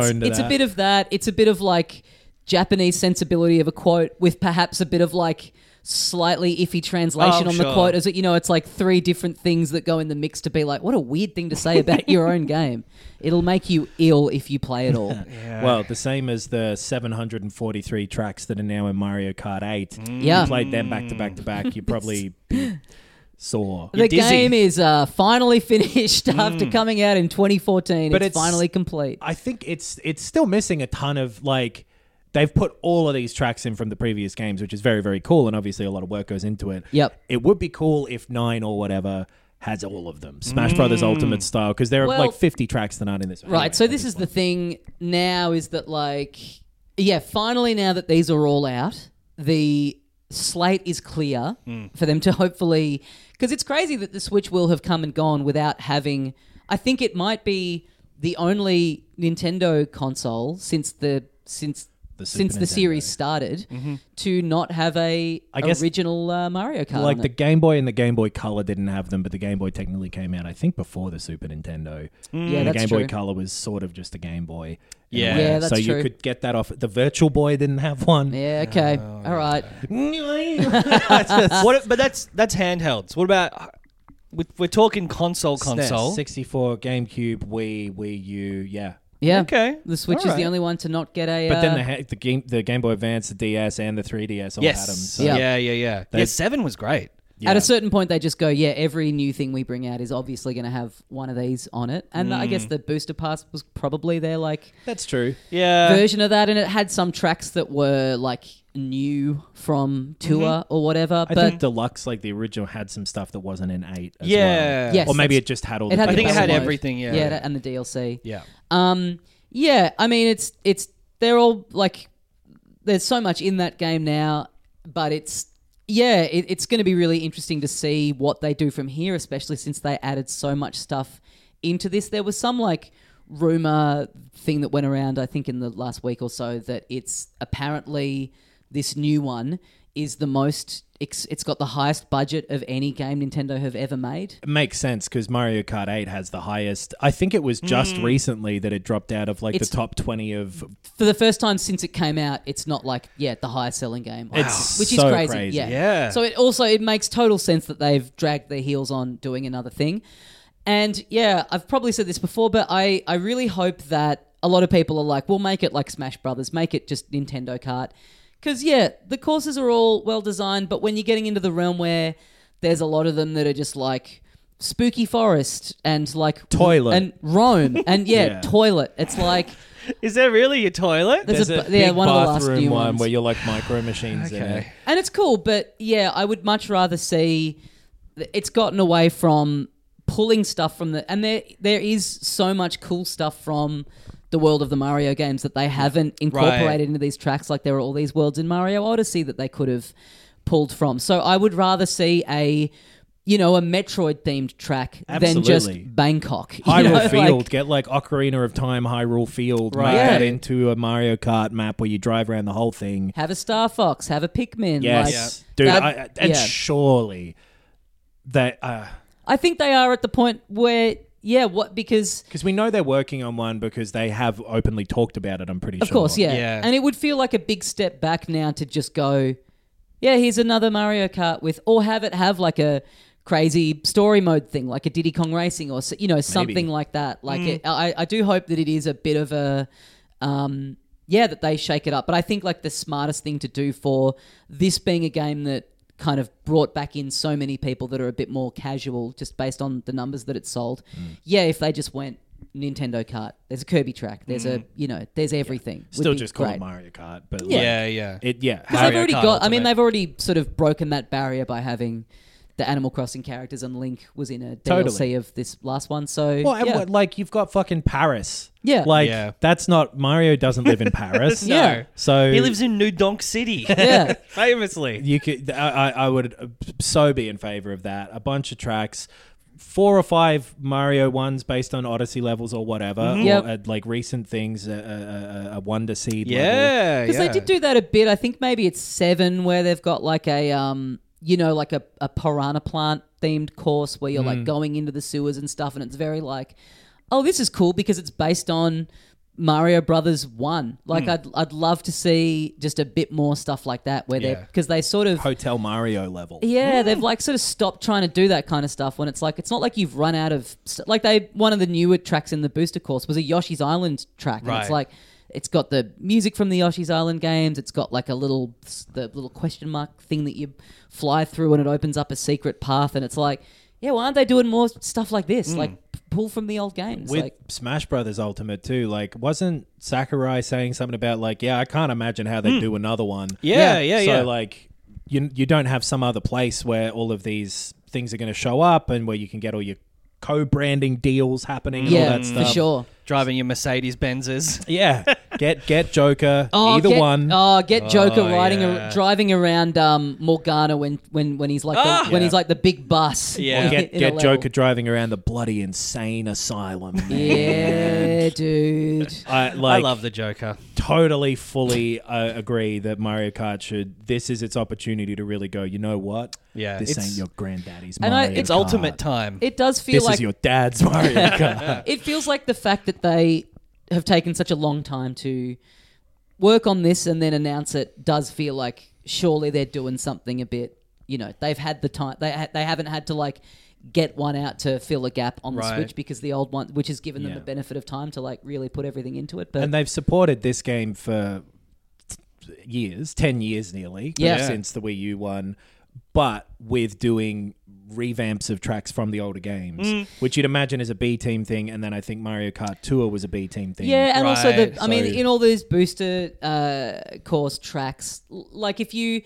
Speaker 2: it's,
Speaker 4: tone to
Speaker 2: it's a
Speaker 4: that.
Speaker 2: bit of that. It's a bit of like Japanese sensibility of a quote with perhaps a bit of like slightly iffy translation
Speaker 3: Oh,
Speaker 2: on
Speaker 3: sure.
Speaker 2: the quote. Is it you know? It's like three different things that go in the mix to be like, what a weird thing to say about your own game. It'll make you ill if you play it all.
Speaker 4: Well, the same as the 743 tracks that are now in Mario Kart 8.
Speaker 2: Yeah.
Speaker 4: You played them back to back to back. You probably be sore.
Speaker 2: The
Speaker 3: dizzy.
Speaker 2: game is uh, finally finished after coming out in 2014.
Speaker 4: But
Speaker 2: it's,
Speaker 4: it's-
Speaker 2: finally complete.
Speaker 4: I think it's it's still missing a ton of like they've put all of these tracks in from the previous games, which is very very cool, and obviously a lot of work goes into it.
Speaker 2: Yep.
Speaker 4: It would be cool if nine or whatever has all of them, Smash Brothers Ultimate style, because there are
Speaker 2: Well-
Speaker 4: like 50 tracks that aren't in this. one.
Speaker 2: Right.
Speaker 4: Anyway,
Speaker 2: so
Speaker 4: I
Speaker 2: this
Speaker 4: just
Speaker 2: is the thing now is that like yeah, finally now that these are all out, the slate is clear
Speaker 4: Hmm.
Speaker 2: for them to hopefully because it's crazy that the Switch will have come and gone without having I think it might be the only Nintendo console since the since
Speaker 4: The Super
Speaker 2: since the
Speaker 4: Nintendo. Mm-hmm.
Speaker 2: series started to not have a
Speaker 4: I guess-
Speaker 2: original uh, Mario Kart.
Speaker 4: like
Speaker 2: on
Speaker 4: the
Speaker 2: it.
Speaker 4: Game Boy and the Game Boy Color didn't have them, but the Game Boy technically came out, I think, before the Super Nintendo.
Speaker 2: Mm. Yeah,
Speaker 4: and the
Speaker 2: that's
Speaker 4: Game
Speaker 2: true.
Speaker 4: Boy Color was sort of just a Game Boy. in a
Speaker 3: Yeah.
Speaker 4: way.
Speaker 2: Yeah, that's
Speaker 4: so
Speaker 2: true.
Speaker 4: you could get that off. The Virtual Boy didn't have one.
Speaker 2: yeah, okay.
Speaker 4: Oh.
Speaker 2: All right.
Speaker 3: what, but that's that's handhelds. What about? we- We're talking console, console.
Speaker 4: SNES, 64, GameCube, Wii, Wii U, yeah.
Speaker 2: Yeah.
Speaker 3: Okay.
Speaker 2: The Switch is the
Speaker 3: Alright.
Speaker 2: only one to not get a
Speaker 4: But then
Speaker 2: uh,
Speaker 4: they had the game, the Game Boy Advance, the DS, and the 3DS all had them.
Speaker 3: Yes.
Speaker 4: So
Speaker 2: Yeah.
Speaker 3: yeah. Yeah. Yeah. Yeah.
Speaker 4: They-
Speaker 3: Seven was great.
Speaker 2: At
Speaker 4: Yeah.
Speaker 2: a certain point, they just go, yeah, every new thing we bring out is obviously going to have one of these on it. And I
Speaker 3: Mm.
Speaker 2: guess the Booster Pass was probably their like
Speaker 4: that's true.
Speaker 3: Yeah.
Speaker 2: version of that, and it had some tracks that were like new from tour
Speaker 3: Mm-hmm.
Speaker 2: or whatever.
Speaker 4: I
Speaker 2: but
Speaker 4: think Deluxe, like the original, had some stuff that wasn't in eight. As
Speaker 3: Yeah.
Speaker 4: well.
Speaker 2: Yes,
Speaker 4: or maybe
Speaker 2: that's-
Speaker 4: it just had all.
Speaker 2: it
Speaker 4: the
Speaker 2: had
Speaker 3: I
Speaker 2: the
Speaker 3: think it
Speaker 2: battle
Speaker 3: had
Speaker 2: mode.
Speaker 3: everything, yeah.
Speaker 2: yeah, and the DLC.
Speaker 3: Yeah.
Speaker 2: Um, yeah, I mean, it's it's they're all like there's so much in that game now, but it's yeah, it, it's going to be really interesting to see what they do from here, especially since they added so much stuff into this. There was some like rumor thing that went around, I think, in the last week or so, that it's apparently this new one is the most. It's, it's got the highest budget of any game Nintendo have ever made.
Speaker 4: It makes sense because Mario Kart 8 has the highest. I think it was just recently that it dropped out of like
Speaker 2: Hmm. It's-
Speaker 4: the top 20 of.
Speaker 2: For the first time since it came out, it's not like yeah the highest selling game,
Speaker 4: It's
Speaker 2: which
Speaker 4: so
Speaker 2: is crazy.
Speaker 4: crazy.
Speaker 2: Yeah.
Speaker 3: Yeah.
Speaker 2: So it also it makes total sense that they've dragged their heels on doing another thing, and yeah, I've probably said this before, but I I really hope that a lot of people are like, we'll make it like Smash Brothers, make it just Nintendo Kart, because yeah, the courses are all well designed, but when you're getting into the realm where there's a lot of them that are just like. Spooky forest and like
Speaker 4: Toilet.
Speaker 2: and Rome and yeah,
Speaker 4: Yeah.
Speaker 2: toilet. It's like
Speaker 3: Is there really a toilet?
Speaker 2: There's a, yeah,
Speaker 4: big
Speaker 2: one of the last
Speaker 4: bathroom
Speaker 2: new
Speaker 4: one
Speaker 2: ones.
Speaker 4: where you're like micro machines in it.
Speaker 2: and it's cool, but yeah, I would much rather see it's gotten away from pulling stuff from the and there there is so much cool stuff from the world of the Mario games that they haven't incorporated
Speaker 3: Right.
Speaker 2: into these tracks like there are all these worlds in Mario Odyssey that they could have pulled from. So I would rather see a you know, a Metroid themed track than
Speaker 4: Absolutely.
Speaker 2: just Bangkok. you
Speaker 4: Hyrule
Speaker 2: know, like-
Speaker 4: Field, get like Ocarina of Time, Hyrule Field,
Speaker 3: Right.
Speaker 4: make that
Speaker 2: Yeah.
Speaker 4: into a Mario Kart map where you drive around the whole thing.
Speaker 2: have a Star Fox, have a Pikmin. like,
Speaker 4: Yes, dude,
Speaker 2: that-
Speaker 4: I, I- and
Speaker 2: yeah.
Speaker 4: surely that uh, because
Speaker 2: I think they are at the point where, yeah, what because
Speaker 4: we know they're working on one because they have openly talked about it. I'm pretty
Speaker 2: of
Speaker 4: sure.
Speaker 2: course, yeah.
Speaker 3: Yeah.
Speaker 2: and it would feel like a big step back now to just go, yeah, here's another Mario Kart with, or have it have like a crazy story mode thing, like a Diddy Kong Racing, or s- you know something like that.
Speaker 4: Mm.
Speaker 2: Like, it, I, I do hope that it is a bit of a. Um, yeah, that they shake it up. But I think like the smartest thing to do for this being a game that kind of brought back in so many people that are a bit more casual just based on the numbers that it sold.
Speaker 4: Mm.
Speaker 2: Yeah, if they just went Nintendo Kart, there's a Kirby track, there's a you know, there's everything. would
Speaker 4: Mm. Still
Speaker 2: be
Speaker 4: just call
Speaker 2: great.
Speaker 4: it Mario Kart, but like,
Speaker 3: yeah, yeah.
Speaker 4: it yeah.
Speaker 2: Because they've
Speaker 3: Mario
Speaker 2: already
Speaker 3: Kart
Speaker 2: got I mean
Speaker 3: Ultimate.
Speaker 2: they've already sort of broken that barrier by having the Animal Crossing characters and Link was in a DLC
Speaker 4: Totally.
Speaker 2: of this last one. So
Speaker 4: Well, and
Speaker 2: yeah.
Speaker 4: what, like you've got fucking Paris.
Speaker 2: Yeah.
Speaker 4: like
Speaker 3: Yeah.
Speaker 4: that's not Mario. Doesn't live in Paris.
Speaker 2: No. Yeah.
Speaker 4: so
Speaker 3: He lives in New Donk City.
Speaker 2: Yeah.
Speaker 3: Famously.
Speaker 4: You could, I, I I would uh, so be in favor of that. A bunch of tracks, four or five Mario ones based on Odyssey levels or whatever, or
Speaker 2: Mm-hmm. Yep.
Speaker 4: uh, like recent things, uh, uh, uh, a Wonder Seed. level.
Speaker 3: Yeah.
Speaker 2: Because
Speaker 3: yeah.
Speaker 2: they did do that a bit. I think maybe it's seven where they've got like a um, you know, like a, a piranha plant themed course where you're
Speaker 4: Mm.
Speaker 2: like going into the sewers and stuff, and it's very like, oh, this is cool because it's based on Mario Brothers One. Like,
Speaker 4: Mm.
Speaker 2: I'd I'd love to see just a bit more stuff like that where
Speaker 4: Yeah.
Speaker 2: they're because they sort of
Speaker 4: Hotel Mario level.
Speaker 2: yeah, they've like sort of stopped trying to do that kind of stuff when it's like it's not like you've run out of st- like they one of the newer tracks in the booster course was a Yoshi's Island track and
Speaker 3: Right.
Speaker 2: it's like it's got the music from the Yoshi's Island games. It's got like a little s- the little question mark thing that you fly through and it opens up a secret path and it's like yeah, why aren't they doing more stuff like this? Like p- pull from the old games.
Speaker 4: Hmm. With
Speaker 2: like
Speaker 4: Smash Brothers Ultimate too, like wasn't Sakurai saying something about like, yeah, I can't imagine how they
Speaker 2: Hmm.
Speaker 4: do another one.
Speaker 3: Yeah, yeah,
Speaker 4: so
Speaker 3: yeah.
Speaker 4: like, you you don't have some other place where all of these things are going to show up and where you can get all your co-branding deals happening and all
Speaker 2: yeah,
Speaker 4: that
Speaker 2: for
Speaker 4: stuff.
Speaker 2: sure.
Speaker 3: Driving your Mercedes Benzes.
Speaker 4: Yeah, get get Joker. either
Speaker 2: get,
Speaker 4: one.
Speaker 2: Oh, get Joker riding,
Speaker 3: yeah.
Speaker 2: a, driving around um, Morgana when, when, when he's like the, when
Speaker 4: Yeah.
Speaker 2: he's like the big bus.
Speaker 3: Yeah.
Speaker 4: Or
Speaker 2: in-
Speaker 4: get
Speaker 2: in a
Speaker 4: get
Speaker 2: level.
Speaker 4: Joker driving around the bloody insane asylum.
Speaker 2: Yeah, dude.
Speaker 4: I like.
Speaker 3: I love the Joker.
Speaker 4: Totally, fully uh, agree that Mario Kart should. This is its opportunity to really go. You know what?
Speaker 3: Yeah,
Speaker 4: this
Speaker 3: it's-
Speaker 4: ain't your granddaddy's
Speaker 2: And I-
Speaker 4: Mario.
Speaker 3: It's
Speaker 4: Kart.
Speaker 3: ultimate time.
Speaker 2: It does feel
Speaker 4: This
Speaker 2: like
Speaker 4: is your dad's Mario Kart.
Speaker 2: it feels like the fact that they have taken such a long time to work on this and then announce it does feel like surely they're doing something a bit. You know, they've had the time. They ha- they haven't had to like get one out to fill a gap on the
Speaker 3: Right.
Speaker 2: Switch because the old one, which has given them
Speaker 4: Yeah.
Speaker 2: the benefit of time to like really put everything into it. But
Speaker 4: and they've supported this game for t- years, 10 years nearly,
Speaker 2: Yeah.
Speaker 3: Yeah.
Speaker 4: since the Wii U one, but with doing revamps of tracks from the older games,
Speaker 3: Mm.
Speaker 4: which you'd imagine is a B team thing. And then I think Mario Kart Tour was a B team thing.
Speaker 2: Yeah, and also
Speaker 3: Right.
Speaker 2: the I mean,
Speaker 4: So-
Speaker 2: in all those booster uh, course tracks, l- like if you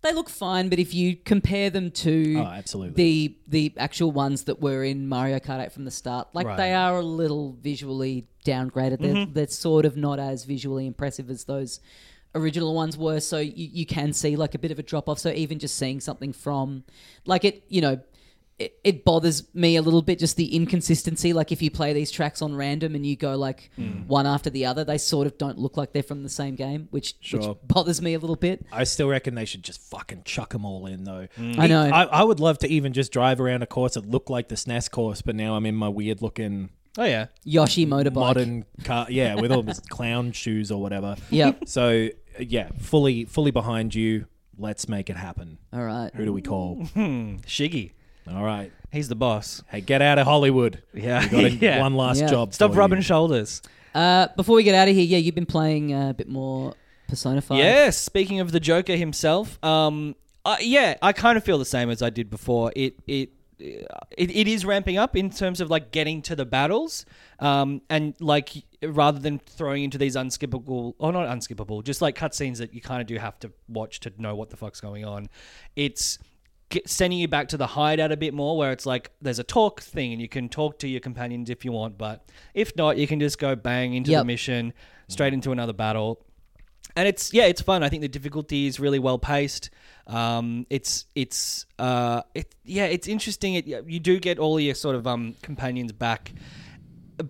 Speaker 2: they look fine, but if you compare them to
Speaker 4: Oh, absolutely.
Speaker 2: the the actual ones that were in Mario Kart 8 from the start, like they are a little visually downgraded. They're,
Speaker 4: Mm-hmm.
Speaker 2: they're sort of not as visually impressive as those original ones were. So you, you can see like a bit of a drop off. So even just seeing something from like it, you know, it, it bothers me a little bit just the inconsistency. Like if you play these tracks on random and you go like
Speaker 4: Mm.
Speaker 2: one after the other, they sort of don't look like they're from the same game, which, which
Speaker 4: Sure.
Speaker 2: bothers me a little bit.
Speaker 4: I still reckon they should just fucking chuck them all in though.
Speaker 3: Mm.
Speaker 2: I know.
Speaker 4: I, I would love to even just drive around a course that looked like the SNES course, but now I'm in my weird looking
Speaker 3: Oh yeah.
Speaker 2: Yoshi motorbike.
Speaker 4: modern car. Yeah, with all this clown shoes or whatever.
Speaker 2: Yep.
Speaker 4: So uh, yeah, fully fully behind you. Let's make it happen.
Speaker 2: All right.
Speaker 4: Who do we call?
Speaker 3: Shiggy.
Speaker 4: all right.
Speaker 3: He's the boss.
Speaker 4: Hey, get out of Hollywood.
Speaker 3: Yeah.
Speaker 4: We got a-
Speaker 3: Yeah.
Speaker 4: one last
Speaker 2: Yeah.
Speaker 4: job.
Speaker 3: Stop
Speaker 4: for
Speaker 3: rubbing
Speaker 4: you.
Speaker 3: shoulders.
Speaker 2: Uh, before we get out of here, yeah, you've been playing uh, a bit more Persona 5.
Speaker 3: Yes. Speaking of the Joker himself, um, uh, yeah, I kind of feel the same as I did before. It it. It, it is ramping up in terms of like getting to the battles, um, and like rather than throwing into these unskippable or not unskippable, just like cutscenes that you kind of do have to watch to know what the fuck's going on. It's get, sending you back to the hideout a bit more, where it's like there's a talk thing and you can talk to your companions if you want, but if not, you can just go bang into the
Speaker 2: Yep.
Speaker 3: mission, straight into another battle and it's yeah, it's fun. I think the difficulty is really well paced. Um, it's it's uh, it yeah, it's interesting. It, you do get all your sort of um companions back,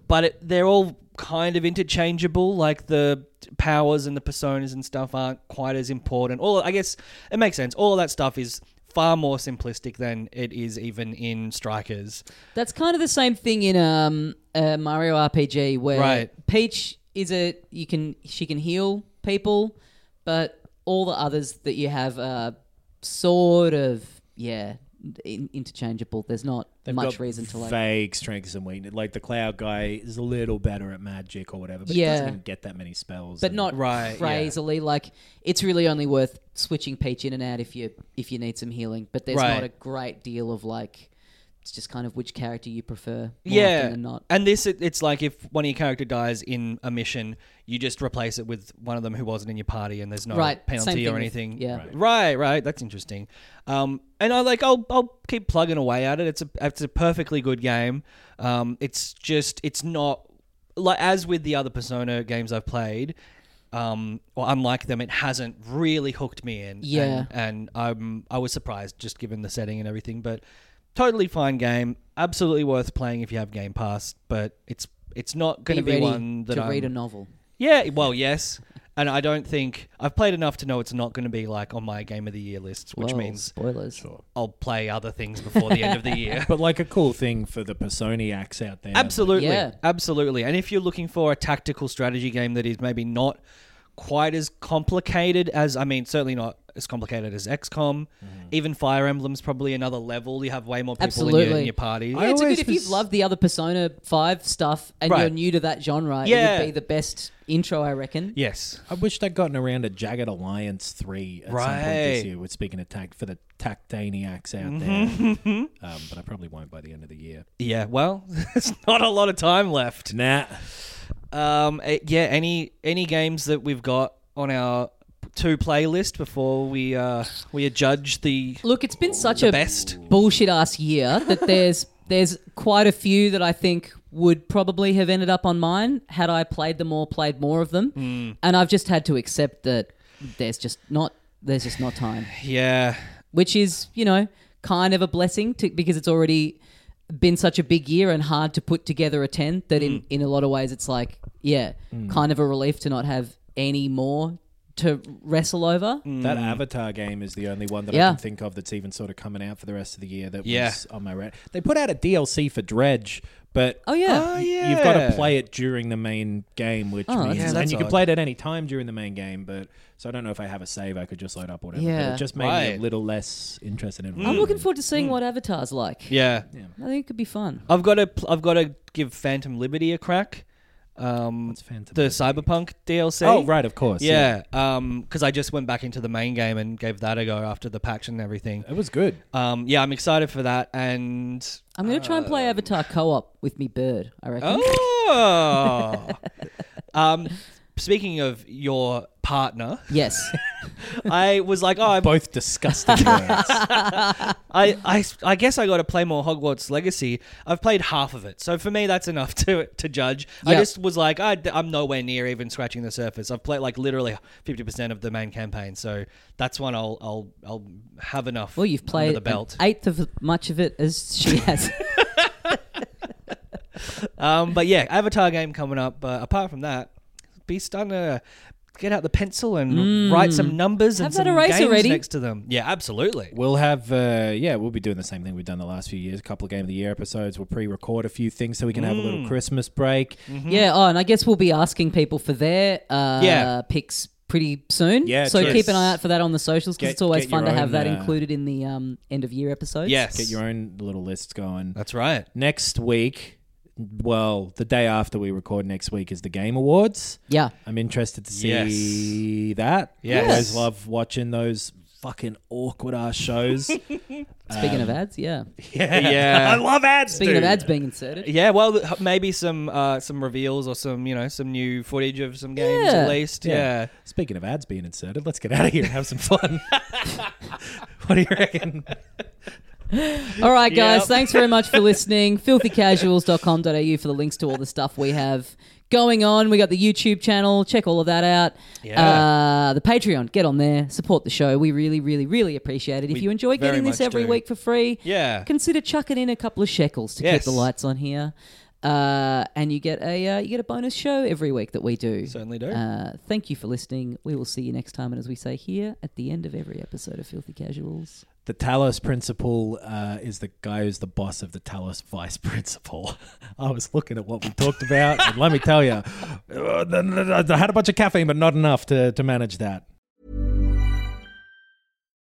Speaker 3: but it, they're all kind of interchangeable. Like the powers and the personas and stuff aren't quite as important. All I guess it makes sense. All that stuff is far more simplistic than it is even in Strikers.
Speaker 2: That's kind of the same thing in um, uh, Mario RPG where
Speaker 3: Right.
Speaker 2: Peach is a you can she can heal people, but all the others that you have are sort of yeah in- interchangeable. There's not
Speaker 4: They've
Speaker 2: much
Speaker 4: got
Speaker 2: reason to like.
Speaker 4: vague strengths and weakness. Like the cloud guy is a little better at magic or whatever, but he
Speaker 2: Yeah.
Speaker 4: doesn't even get that many spells.
Speaker 2: but
Speaker 4: and-
Speaker 2: not
Speaker 3: Right, yeah.
Speaker 2: crazily. Like it's really only worth switching Peach in and out if you if you need some healing. But there's
Speaker 3: Right.
Speaker 2: not a great deal of like. It's just kind of which character you prefer. More
Speaker 3: yeah,
Speaker 2: often than not.
Speaker 3: and this it, it's like if one of your character dies in a mission, you just replace it with one of them who wasn't in your party, and there's no
Speaker 2: Right, same
Speaker 3: penalty
Speaker 2: thing
Speaker 3: or
Speaker 2: with-
Speaker 3: anything.
Speaker 2: yeah.
Speaker 3: right, right, That's interesting. Um, and I like I'll I'll keep plugging away at it. It's a it's a perfectly good game. Um, it's just it's not like as with the other Persona games I've played. Um, or unlike them, it hasn't really hooked me in.
Speaker 2: Yeah.
Speaker 3: and and um, I was surprised just given the setting and everything. But totally fine game, absolutely worth playing if you have Game Pass. But it's it's not going to be,
Speaker 2: ready
Speaker 3: one that
Speaker 2: to
Speaker 3: I'm,
Speaker 2: read a novel.
Speaker 3: yeah, well, yes, and I don't think I've played enough to know it's not going to be like on my Game of the Year lists, which
Speaker 2: Well,
Speaker 3: means
Speaker 2: spoilers.
Speaker 3: I'll play other things before the end of the year.
Speaker 4: But like a cool thing for the Personiacs out there.
Speaker 3: Absolutely.
Speaker 2: Yeah.
Speaker 3: Absolutely. And if you're looking for a tactical strategy game that is maybe not quite as complicated as I mean, certainly not as complicated as XCOM.
Speaker 4: Mm-hmm.
Speaker 3: Even Fire Emblem's probably another level. You have way more people in your,
Speaker 2: Absolutely.
Speaker 3: in your party.
Speaker 4: I
Speaker 2: Yeah, it's a
Speaker 4: always
Speaker 2: good if you've
Speaker 4: was-
Speaker 2: loved the other Persona Five stuff and
Speaker 3: Right.
Speaker 2: you're new to that genre. it
Speaker 3: Yeah.
Speaker 2: would be the best intro, I reckon.
Speaker 3: Yes.
Speaker 4: I wished I'd gotten around to Jagged Alliance 3 at some point
Speaker 3: Right.
Speaker 4: this year. We're speaking of tact for the Tactaniacs out there. um, but I probably won't by the end of the year.
Speaker 3: Yeah. Well, it's not a lot of time left.
Speaker 4: Nah.
Speaker 3: Um eh, yeah, any any games that we've got on our two playlist before we uh we adjudge the
Speaker 2: Look, it's been such
Speaker 3: the
Speaker 2: a
Speaker 3: best.
Speaker 2: bullshit ass year that there's there's quite a few that I think would probably have ended up on mine had I played them or played more of them.
Speaker 3: Hmm.
Speaker 2: And I've just had to accept that there's just not there's just not time,
Speaker 3: Yeah.
Speaker 2: which is you know kind of a blessing to, because it's already been such a big year and hard to put together a 10 that
Speaker 3: Hmm.
Speaker 2: in, in a lot of ways it's like yeah kind of a relief to not have any more to wrestle over
Speaker 3: Hmm.
Speaker 4: That Avatar game is the only one that I
Speaker 2: Yeah.
Speaker 4: can think of that's even sort of coming out for the rest of the year that
Speaker 3: Yeah.
Speaker 4: was on my radar. They put out a DLC for Dredge, but
Speaker 2: oh yeah
Speaker 3: Oh,
Speaker 4: y- you've got
Speaker 3: yeah.
Speaker 4: to play it during the main game, which
Speaker 2: Oh, that's-
Speaker 4: means
Speaker 3: Yeah,
Speaker 4: and
Speaker 3: that's
Speaker 4: you can
Speaker 3: odd.
Speaker 4: play it at any time during the main game. But so I don't know if I have a save, I could just load up whatever. But
Speaker 2: Yeah.
Speaker 4: it just made me
Speaker 3: Right.
Speaker 4: a little less interested in.
Speaker 2: I'm looking forward to seeing what Avatar's like.
Speaker 3: Hmm. Yeah.
Speaker 2: I think it could be fun.
Speaker 3: I've got to pl- I've got to give Phantom Liberty a crack. Um,
Speaker 4: What's Phantom
Speaker 3: the
Speaker 4: Liberty?
Speaker 3: Cyberpunk DLC.
Speaker 4: Oh right, of course.
Speaker 3: Yeah, because I just went back into the main game and gave that a go after the patch and everything.
Speaker 4: it was good.
Speaker 3: Um, yeah, I'm excited for that. And
Speaker 2: I'm going to try and play
Speaker 4: Uh, Oh!
Speaker 2: Avatar co op with me bird, I reckon.
Speaker 3: oh, um, speaking of your partner,
Speaker 2: Yes.
Speaker 3: I was like, oh, I'm
Speaker 4: Both disgusting words.
Speaker 3: I, I, I guess I got to play more Hogwarts Legacy. I've played half of it, so for me that's enough to to judge. I
Speaker 2: Yeah.
Speaker 3: just was like, I, am nowhere near even scratching the surface. I've played like literally 50 percent of the main campaign, so that's one I'll I'll I'll have enough.
Speaker 2: Well, you've played
Speaker 3: under the belt.
Speaker 2: an eighth of much of it as she has.
Speaker 3: um, but yeah, Avatar game coming up. But apart from that, be starting to get out the pencil and write some numbers
Speaker 2: Mm. Have
Speaker 3: and
Speaker 2: that
Speaker 3: some
Speaker 2: eraser
Speaker 3: games
Speaker 2: ready.
Speaker 3: next to them. Yeah, absolutely.
Speaker 4: We'll have, uh, yeah, we'll be doing the same thing we've done the last few years. A couple of game of the year episodes. We'll pre-record a few things so we can have a little Christmas break.
Speaker 2: Yeah. Oh, and I guess we'll be asking people for their uh,
Speaker 3: Yeah.
Speaker 2: picks pretty soon.
Speaker 4: Yeah,
Speaker 2: So
Speaker 4: true.
Speaker 2: keep an eye out for that on the socials because
Speaker 4: Get-
Speaker 2: it's always
Speaker 4: get your
Speaker 2: fun to have
Speaker 4: own,
Speaker 2: that
Speaker 4: uh,
Speaker 2: included in the um, end of year episodes.
Speaker 3: Yes,
Speaker 4: Get your own little lists going.
Speaker 3: That's right.
Speaker 4: Next week, well, the day after we record next week is the Game Awards.
Speaker 2: Yeah.
Speaker 4: I'm interested to see that.
Speaker 3: Yes.
Speaker 4: I always love watching those fucking awkward ass shows.
Speaker 2: Speaking
Speaker 4: Um,
Speaker 2: of ads, yeah.
Speaker 3: Yeah, yeah. I love ads.
Speaker 2: Speaking of
Speaker 3: dude.
Speaker 2: ads being inserted.
Speaker 3: Yeah, well, h- maybe some uh, some reveals or some you know some new footage of some games
Speaker 2: Yeah.
Speaker 3: released. Yeah.
Speaker 4: Speaking of ads being inserted, let's get out of here and have some fun. what do you reckon?
Speaker 2: All right, guys.
Speaker 3: Yep.
Speaker 2: Thanks very much for listening. Filthycasuals.com.au for the links to all the stuff we have going on. We got the YouTube channel. Check all of that out.
Speaker 3: Yeah.
Speaker 2: Uh, the Patreon. Get on there. Support the show. We really, really, really appreciate it. If
Speaker 3: We
Speaker 2: you enjoy
Speaker 3: very
Speaker 2: getting this
Speaker 3: much
Speaker 2: every
Speaker 3: do.
Speaker 2: week for free,
Speaker 3: Yeah.
Speaker 2: consider chucking in a couple of shekels to keep
Speaker 3: Yes.
Speaker 2: the lights on here. Uh, and you get a uh, you get a bonus show every week that we do.
Speaker 3: Certainly do.
Speaker 2: Uh, thank you for listening. We will see you next time. And as we say here at the end of every episode of Filthy Casuals.
Speaker 4: The Talos principal uh, is the guy who's the boss of the Talos vice principal. I was looking at what we talked about, and let me tell you, I had a bunch of caffeine, but not enough to, to manage that.